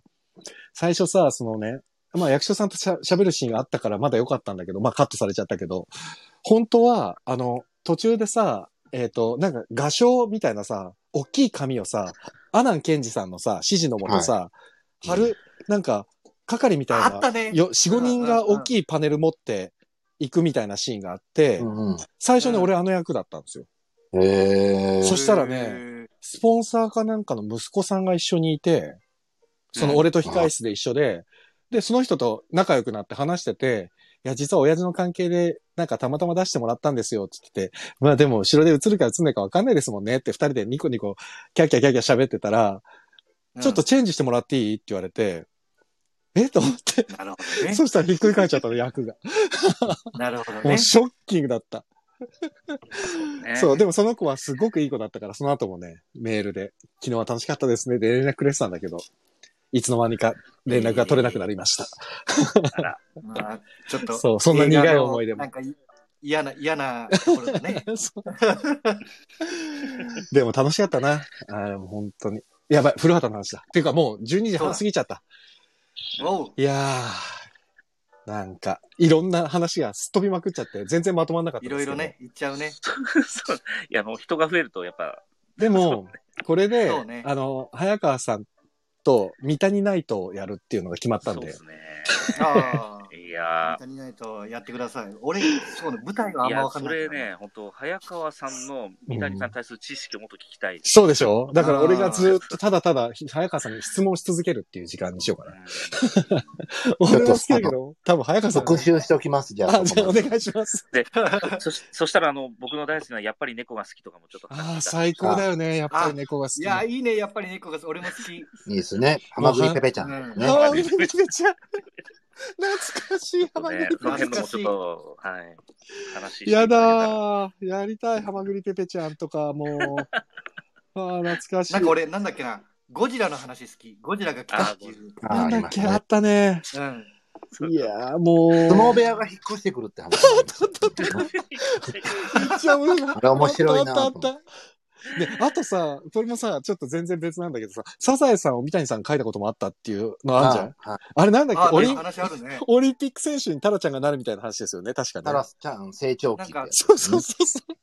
A: 最初さ、そのね、まあ役所さんとしゃ喋るシーンがあったからまだ良かったんだけど、まあカットされちゃったけど、本当は、あの、途中でさ、えっ、と、なんか画商みたいなさ、大きい紙をさ、阿南健二さんのさ、指示のもとさ、貼る、なんか、係みたいな。
B: あったね
A: よ、4、5人が大きいパネル持って行くみたいなシーンがあって、
C: うん
A: 最初ね、
B: うん
A: 俺あの役だったんですよ。
C: うん。へ
A: そ
C: ー
A: したらね
B: ね、
A: スポンサーかなんかの息子さんが一緒にいて、その俺と控室で一緒で、で、その人と仲良くなって話してて、いや、実は親父の関係で、なんかたまたま出してもらったんですよ、つってて、まあでも後ろで映るか映んないかわかんないですもんねって二人でニコニコ、キャッキャキャッキャ喋ってたら、ちょっとチェンジしてもらっていいって言われて、えと思って、
B: うん。なるほどね。
A: そしたらひっくり返っちゃったの、役が。
B: なるほど
A: も
B: ね
A: う。ショッキングだった。
D: ね
A: そう、でもその子はすごくいい子だったから、その後もね、メールで、昨日は楽しかったですね、で連絡くれてたんだけど、いつの間にか連絡が取れなくなりま した。
B: まあ、ちょっと。
A: そうそんな苦い思い出も
B: 映画のなんか嫌な、嫌なところ だね。
A: そうでも楽しかったな。あーもう本当に。やばい、古畑の話だ。っていうかもう12時半過ぎちゃった。
B: おう。
A: いやー、なんか、いろんな話がすっ飛びまくっちゃって、全然まとまんなかった
B: い
A: です
B: ろ
A: け
B: い
A: ど
B: ろね、。言っちゃ うね。
D: そういや、もう人が増えると、やっぱ、
A: で
D: そう
A: も、これで
B: そう、ね
A: あの、早川さんと三谷ナイトをやるっていうのが決まったん
D: そう
A: で
D: で。すね。
B: あ
D: い
B: あ。
D: や
B: 足りないとやってください。俺、そうね、舞台は
D: ー、
B: あ
D: い
B: んま
D: や、
B: わかん
D: そ
B: ない。
D: れ。ね、本当早川さんの三谷さんに対する知識をもっと聞きたい。
A: そうでしょだから俺がずっとただただ早川さんに質問し続けるっていう時間にしようかな。
D: うん
A: 俺は好きだけど、多分早川さんが。
C: 復習しておきます、じゃあ。
A: あ、じゃあお願いします。
D: そしそしたら、あの、僕の大好きな、やっぱり猫が好きとかもちょっと話
A: ああ、
D: して
A: 最高だよね。やっぱり猫が好
B: い
A: き。
B: や、
A: あ
B: いいね、やっぱり猫が、俺も好き。
C: いいですね。ハマグリペペちゃん
B: う
C: ね。
B: ん
A: あー、みめちゃめちゃ。懐かしい、ハ
D: た
A: マ
D: ん
A: グ
D: で、ね
A: リ、
D: その
A: ペ
D: 辺
A: ペ
D: のもちょっと、はい、話してい
A: や
D: たけたら。
A: だー。やりたい、ハマグリペペちゃんとか、 もう。ああ、懐かしい
B: なん。か俺、なんだっけな、ゴジラの話好き。ゴジラが来たっていう。
C: あー
A: な
C: あ
A: ん
C: り
A: だっ
C: まし
A: け、
C: た
A: あ
C: ね。
A: ったね。
B: うん。
A: いやー、もう。
C: 相撲部屋が引っ越してくるって話もありましたね。
A: めっちゃ面白い。
C: あれ面白いな
A: あったあったあった。で、あとさ、これもさ、ちょっと全然別なんだけどさ、サザエさんを三谷さんが書いたこともあったっていうのあるじゃんあ
C: はい
A: れなんだっ
B: あ
A: けオリ
B: あ、
A: ン
B: 話あるね。
A: オリンピック選手にタラちゃんがなるみたいな話ですよね、確か
C: タ
A: ね
C: ラ。スちゃん成長期ってやつ
A: そうそうそうそう。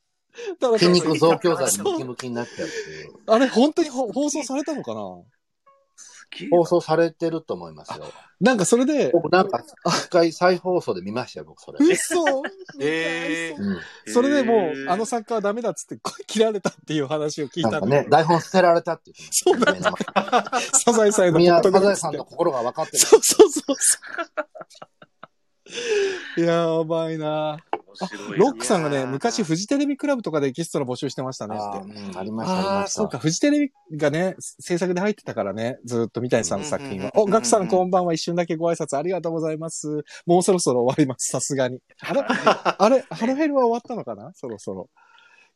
A: タラちゃ
C: 筋
A: ん
C: 肉増強剤にムキムキになっちゃうっていう。
A: あれ本当にほ放送されたのかな
C: 放送されてると思いますよ。
A: なんかそれで、
C: 僕なんか、一回再放送で見ましたよ、僕それ。
A: 嘘
B: えー
C: うん。
A: それでも
D: え
A: う、
D: ー
A: あの作家はダメだっつって、切られたっていう話を聞い
C: な
A: た
C: んか
A: んだ
C: ね
A: け、ど
C: 台本捨てられたって言ってましたね
A: サザエさんへの
C: みんな、
A: 説得
C: サ
A: 力
C: ザ
A: っ
C: エ
A: つ
C: さ
A: っ
C: ん
A: て
C: の心が分かってる。
A: そうそうそうそう。やばいな。
D: 面白い。
A: ロックさんが
B: いや
A: ね、
B: ー
A: 昔フジテレビクラブとかでゲストの募集してましたね
C: あー
A: って。
C: うんありました、あり
A: ああ
C: ま
A: ー、
C: し
A: そう
C: た。
A: か。フジテレビがね、制作で入ってたからね、ずっと三谷さんの作品は。
B: うんうんうんう
A: お、
B: ん
A: ガクさんこんばんは。一瞬だけご挨拶ありがとうございます。もうそろそろ終わります。さすがに。あれ、あれ、ハロヘルは終わったのかなそろそろ。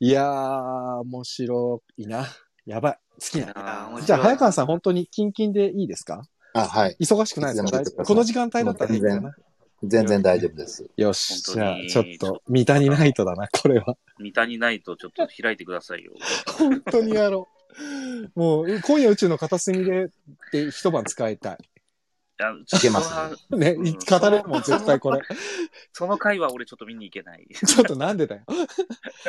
A: いやー、面白いな。やばい。好きな。
B: あー面白い
A: じゃあ、早川さん本当にキンキンでいいですか
C: あ、はい。
A: 忙しくないですか
C: い
A: 大
C: つでも出て
A: 丈夫
C: ください
A: この時間帯だったらいいか
C: 全
A: な
C: 然。全然大丈夫です。
A: よし。じゃあ
D: 本、当に
A: ちょっと、三谷ナイトだな、これは。
D: 三谷ないとちょっと開いてくださいよ。
A: 本当にやろう。もう、今夜宇宙の片隅でって一晩使いたい。
D: や
C: けます
A: ね、
D: うん
A: 語れるもん、絶対これ。
D: その回は俺ちょっと見に行けない。
A: ちょっとなんでだ よ。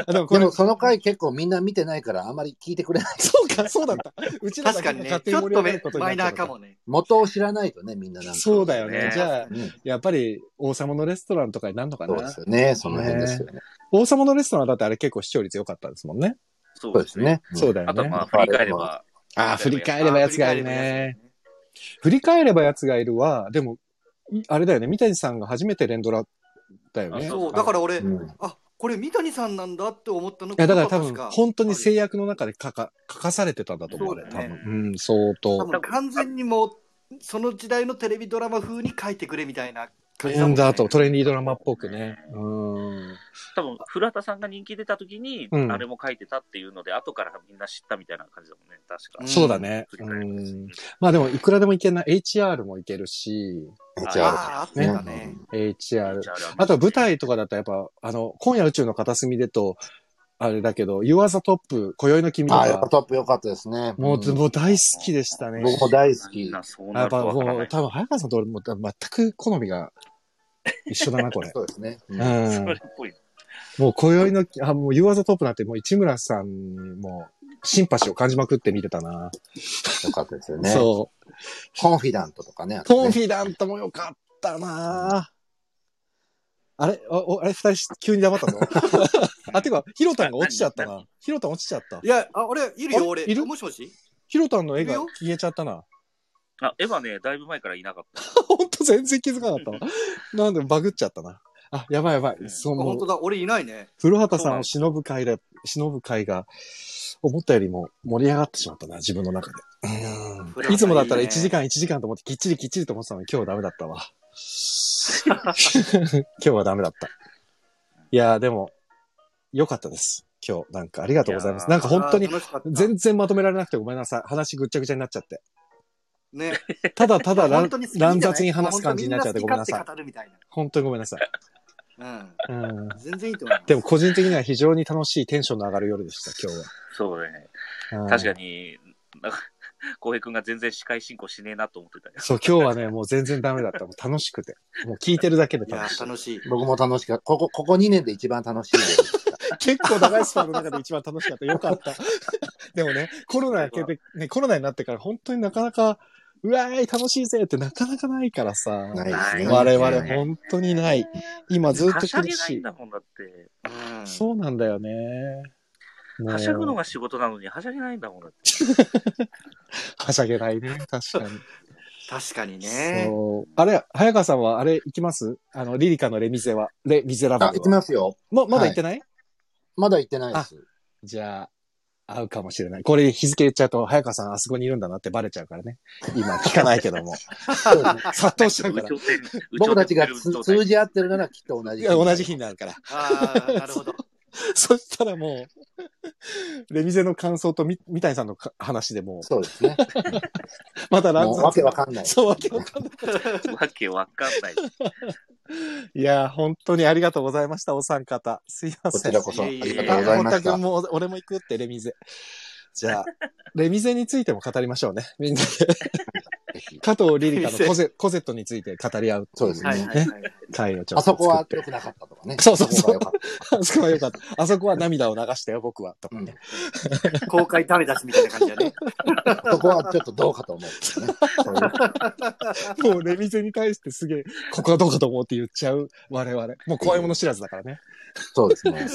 A: あでもこ
C: で
A: れ
C: も、その回結構みんな見てないからあまり聞いてくれない。
A: そうか、そうだった。うちらだ
B: 確か
A: けが
B: にね、
A: 勝
B: ち
A: 手に
B: ょっ
A: 盛り上
B: と
A: が
B: め
A: ることにな
B: マ
A: って
B: イ
A: る
B: ナーかもね。
C: 元を知らないとね、みんななんか。
A: そうだよね。
D: ね
A: じゃあ、
C: うん
A: やっぱり、王様のレストランとかになるのか
C: そうで
A: な
C: す。よね。その辺ですよね。
A: 王様のレストランだってあれ結構視聴率良かったですもんね。
D: そ
C: そうです。ね。
A: そうだよ
D: あとは
A: ね
D: ま。あ振り返れば、
A: ああ、振り返ればやつがいるね。振り返ればやつがいるは、でも、いあれだよね。三谷さんが初めて連ドラだよね。
D: あ
B: そう、だから俺、
C: うんうん
B: あこれ三谷さんなんだって思ったの
A: いや、だから多分
B: 確、
A: 本当に制約の中で書か、書かされてたんだと思う、ね、多
B: そうだよね
A: 分。うん、相
B: 多
A: 当。
B: 分完全にもう、その時代のテレビドラマ風に書いてくれみたいな感じ
A: なんだ
B: ね
A: と、トレンディードラマっぽくね。うん。
D: 多分古畑さんが人気出た時に、
A: うん
D: あれも書いてたっていうので、後からみんな知ったみたいな感じだもんね、確か。
B: うん
A: そうだね。
D: 振り
A: う
D: 返ればです
A: ん。まあでも、いくらでもいけない。HR もいけるし、
C: じゃあ、
B: ああ、あってたね。
A: HR。
D: HR
A: あとは舞台とかだったらやっぱ、あの、今夜宇宙の片隅でと、あれだけど、You are the top、今宵の君と
C: ああ、やっぱ
A: か、
C: トップ良かったですね。
A: も
C: うん
A: う、もう大好きでしたね。
C: 僕も大好
D: みん
C: き。
D: なそうな
A: やっ
D: ると
A: ぱ
D: わから
A: も
D: な
A: う、
D: い。
A: 多分、早川さんと俺も全く好みが一緒だな、これ。
C: そうですね。うん
A: うん
D: そ。れっぽい。
A: もう今宵の、あ、もう You are the top なんてもう市村さんにもうシンパシーを感じまくって見てたな。
C: 良かったですよね。
A: そう。
C: コンフィダントとかね。あとね
A: コンフィダントもよかったな、あれあおあれ二人急に黙ったぞ。あ、てか、ヒロタンが落ちちゃったな。ヒロタン落ちちゃった
B: い。や、あ、俺、いる
A: あ
B: よ、俺。
A: いる
B: もしもし
A: ヒロタンの絵
B: いる
A: が
B: よ
A: 消えちゃったな。
D: あ、エヴァね、だいぶ前からいなかった。
A: ほんと全然気づかなかったわ。なんでバグっちゃったな。あ、やばいやばい。
D: うん
A: そう、
B: あ
A: も
B: 本
A: う
B: 当だ、俺いないね。
A: 古畑さんを忍ぶ会だ、忍ぶ会が、思ったよりも盛り上がってしまったな、自分の中で。
B: 古
A: うん。
B: 畑
A: いつもだったら
B: いい
A: 1
B: ね
A: 時間1時間と思って、きっちりきっちりと思ってたのに、今日ダメだったわ。今日はダメだった。いやー、でも、良かったです。今日、なんかありがとうございま
D: い
A: す。
D: やー
A: なんか本当に
B: あ、ー楽しかった
A: 全然まとめられなくてごめんなさい。話ぐっちゃぐちゃになっちゃって。
B: ね。
A: ただただ乱
B: 本当好きじゃな
A: 乱
B: い
A: 雑に話す感じになっちゃってごめんなさい
B: 本。当みんな好き勝
A: 本当にごめんなさい。
B: 手語るみたい
A: う
B: な。
A: ん。
B: うん。全然いいと思う。
A: でも個人的には非常に楽しいテンションの上がる夜でした、今
D: そうだね。
A: 日は。うん
D: 確かに、なんか浩平君が全然司会進行しねえなと思ってたよ。
A: そう、今日はね、もう全然ダメだった。もう楽しくて。もう聞いてるだけで
B: いや
A: 楽しい。、
B: 楽しい。
C: 僕も楽しかった。ここ、ここ2年で一番楽しいです。
A: 結構長いスパンの中で一番楽しかった。よかった。 でもね、コロナ明けて、ね、コロナになってから本当になかなか、うわーい、楽しいぜってなかなかないからさ。
C: ないですね。
A: 我々
C: も。
A: 本当にない。今ずっと
D: はしゃ
A: 苦
D: げない
A: し
D: ん
A: い。
D: だもんだって。
B: うん
A: そうなんだよね。もう
D: はしゃぐのが仕事なのに、はしゃげないんだもんだって。
A: はしゃげないね。 確かに。
B: 確かにね。
A: そう。あれ、早川さんはあれ行きますあの、リリカのレミゼは。レミゼラブル
C: あ、
A: は。
C: 行きますよ。
A: もうまだ行ってない
C: まだ行ってないです。
A: じゃあ、会うかもしれない。これ日付言っちゃうと、早川さんあそこにいるんだなってバレちゃうからね。今聞かないけ ども。
C: そうですね
A: 殺到しちゃうから。
C: 僕たちがつ通じ合ってるならきっと同
A: い
C: じ。
A: や、同じ日になるから。
B: ああ、なるほど。
A: そしたらもう、レミゼの感想とみ三谷さんのか話でもう、
C: そうですね。
A: また乱
C: もうわ
A: 雑
C: け
A: な
C: わかんない。
A: そう、わけわかんない。
D: わけわかんない。
A: いや、本当にありがとうございました、お三方。すいま
C: こ
A: せ
C: ち
A: ん。
C: らこそありがとうござい
A: 本
C: ま
A: 田
C: した
A: 君。も、俺も行くって、レミゼ。じゃあ、レミゼについても語りましょうね。みんなで。
C: ぜひ
A: 加藤リリカのコゼコゼットについて語り合う。
C: そうですね
B: はいはいはい。
A: 会をちょ
C: あ
A: っと作
C: そ
A: って。
C: こは良くなかったとかね。
A: そうそうそう
C: ここが良かっ
A: あそこは良かった。あそこは涙を流したよ、僕は。とかね。
B: 公開ダメ出しみたいな感じだね。
C: たそこはちょっとどうかと思う、ね。そういう
A: もうレミゼに対してすげえ、ここはどうかと思うって言っちゃう我々。もう怖いもの知らずだからね。
C: そうです ね。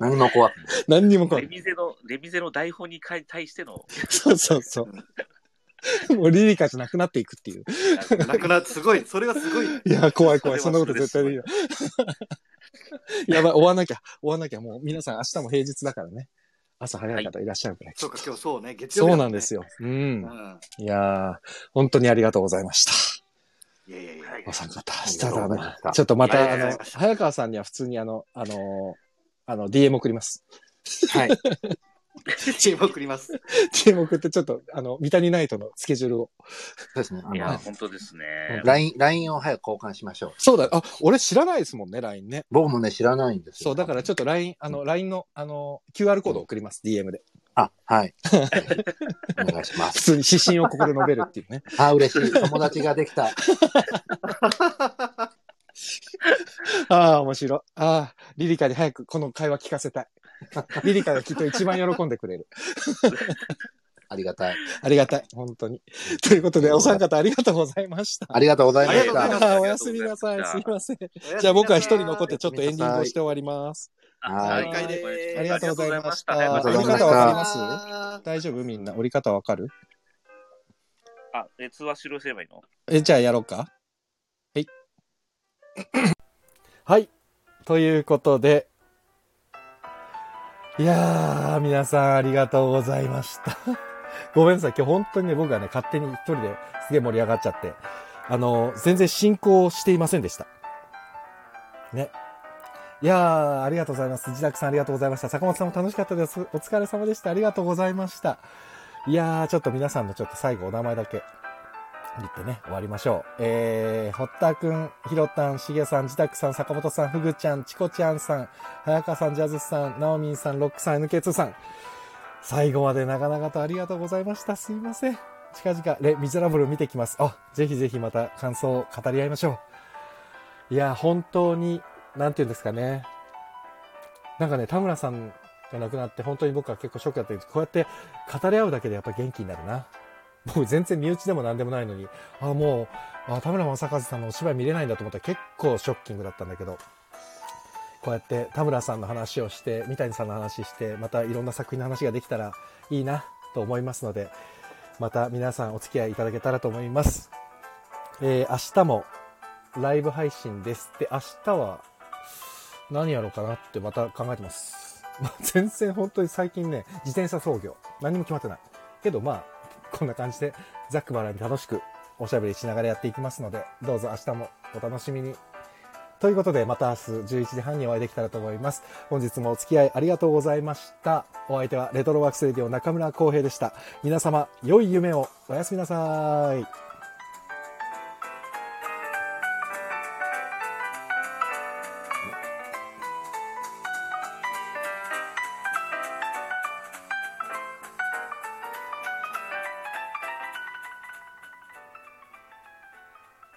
C: 何も怖くない。
A: 何にも怖
D: レ
A: い。
D: ミゼの、レミゼの台本にかい対しての、
A: そうそうそう。もうリリカじゃなくなっていくっていう。
D: あの
B: なくなって、すごい。それがすごい。
A: いや、怖い怖い。そんなこと絶対できない。
D: やばい、終わんなきゃ、終わんなきゃ、もう皆さん明日も平日だからね。朝早い方いらっしゃるくらい。
B: そうか、今日そうね、月曜日だも
D: そう
B: ね、
D: なんですよ。うん。
B: うん。
D: いやー、本当にありがとうございました。
B: いやいやいや。
D: お三方、
C: り
D: し
C: が
D: た
C: とう
D: だ
C: ございま
D: な
C: した。
D: ちょっとま
B: い
D: た、
B: や
D: あ
B: いやいや
D: の、早川さんには普通にあの、あのー、あの、DM 送ります。
C: はい。
B: チーム送ります。
D: DM 送って、ちょっと、あの、三谷ナイトのスケジュールを。
C: そうですね。あ
E: いや、
C: の、
E: 本当ですね。
C: LINE、LINE を早く交換しましょう。
D: そうだ、あ、俺知らないですもんね、LINE ね。
C: 僕もね、知らないんですよ。
D: そう、だからちょっと LINE、あの、LINE の、あの、QR コード送ります、DM で。
C: あ、 はい。お願いしま
D: 普
C: す。
D: 通に指針をここで述べるっていうね。
C: あ、嬉しい。友達ができた。
D: ああ、面白い。ああ、リリカに早くこの会話聞かせたい。 リリカがきっと一番喜んでくれる。
C: ありがたい。
D: ありがたい。本当に。ということで、お三方ありがとうございました。
C: ありがとうございま
B: あり
C: し
B: がとうございます。
C: た
D: あ あおやすみなさい。すみません。じゃあ僕は一人残ってちょっとエンディングをして終わります。
E: あ
C: はい
E: はい
D: ありがとうございました。
E: ありがとうございまし
C: ありがとうご
D: 折り方
C: ざ
D: わ
C: いま
D: かります
B: あ
D: 大丈夫みんな。折り方わかる
E: た。あ、え、通話終了すればいいの
D: え、じゃあやろうか。
A: はい。ということで、いやー、皆さんありがとうございました。 ごめんなさい。今日本当にね、僕はね、勝手に一人ですげえ盛り上がっちゃって、あの、全然進行していませんでした。ね。いやー、ありがとうございます。自宅さんありがとうございました。坂本さんも楽しかったです。お疲れ様でした。ありがとうございました。いやー、ちょっと皆さんのちょっと最後お名前だけ言ってね、終わりましょう。えー、堀田くん、ひろたん、しげさん、自宅さん、坂本さん、ふぐちゃん、ちこちゃんさん、早川さん、ジャズさん、なおみんさん、ロックさん、NK2 さん。最後まで長々とありがとうございました。すいません。近々、レ・ミゼラブル見てきます。あ、ぜひぜひまた感想を語り合いましょう。いや、本当に、なんて言うんですかね。なんかね、田村さんが亡くなって、本当に僕は結構ショックだったけど、こうやって語り合うだけでやっぱ元気になるな。僕全然身内でも何でもないのに、あもうあ田村正和さんのお芝居見れないんだと思ったら結構ショッキングだったんだけどこうやって田村さんの話をして三谷さんの話してまたいろんな作品の話ができたらいいなと思いますのでまた皆さんお付き合いいただけたらと思います、えー明日もライブ配信ですで明日は何やろうかなってまた考えてます まあ全然本当に最近ね自転車操業何も決まってないけどまあ こんな感じでざっくばらんに楽しくおしゃべりしながらやっていきますので、どうぞ明日もお楽しみに。ということで、また明日11時半にお会いできたらと思います。本日もお付き合いありがとうございました。お相手はレトロワークスレディオ中村浩平でした。皆様、良い夢を。おやすみなさい。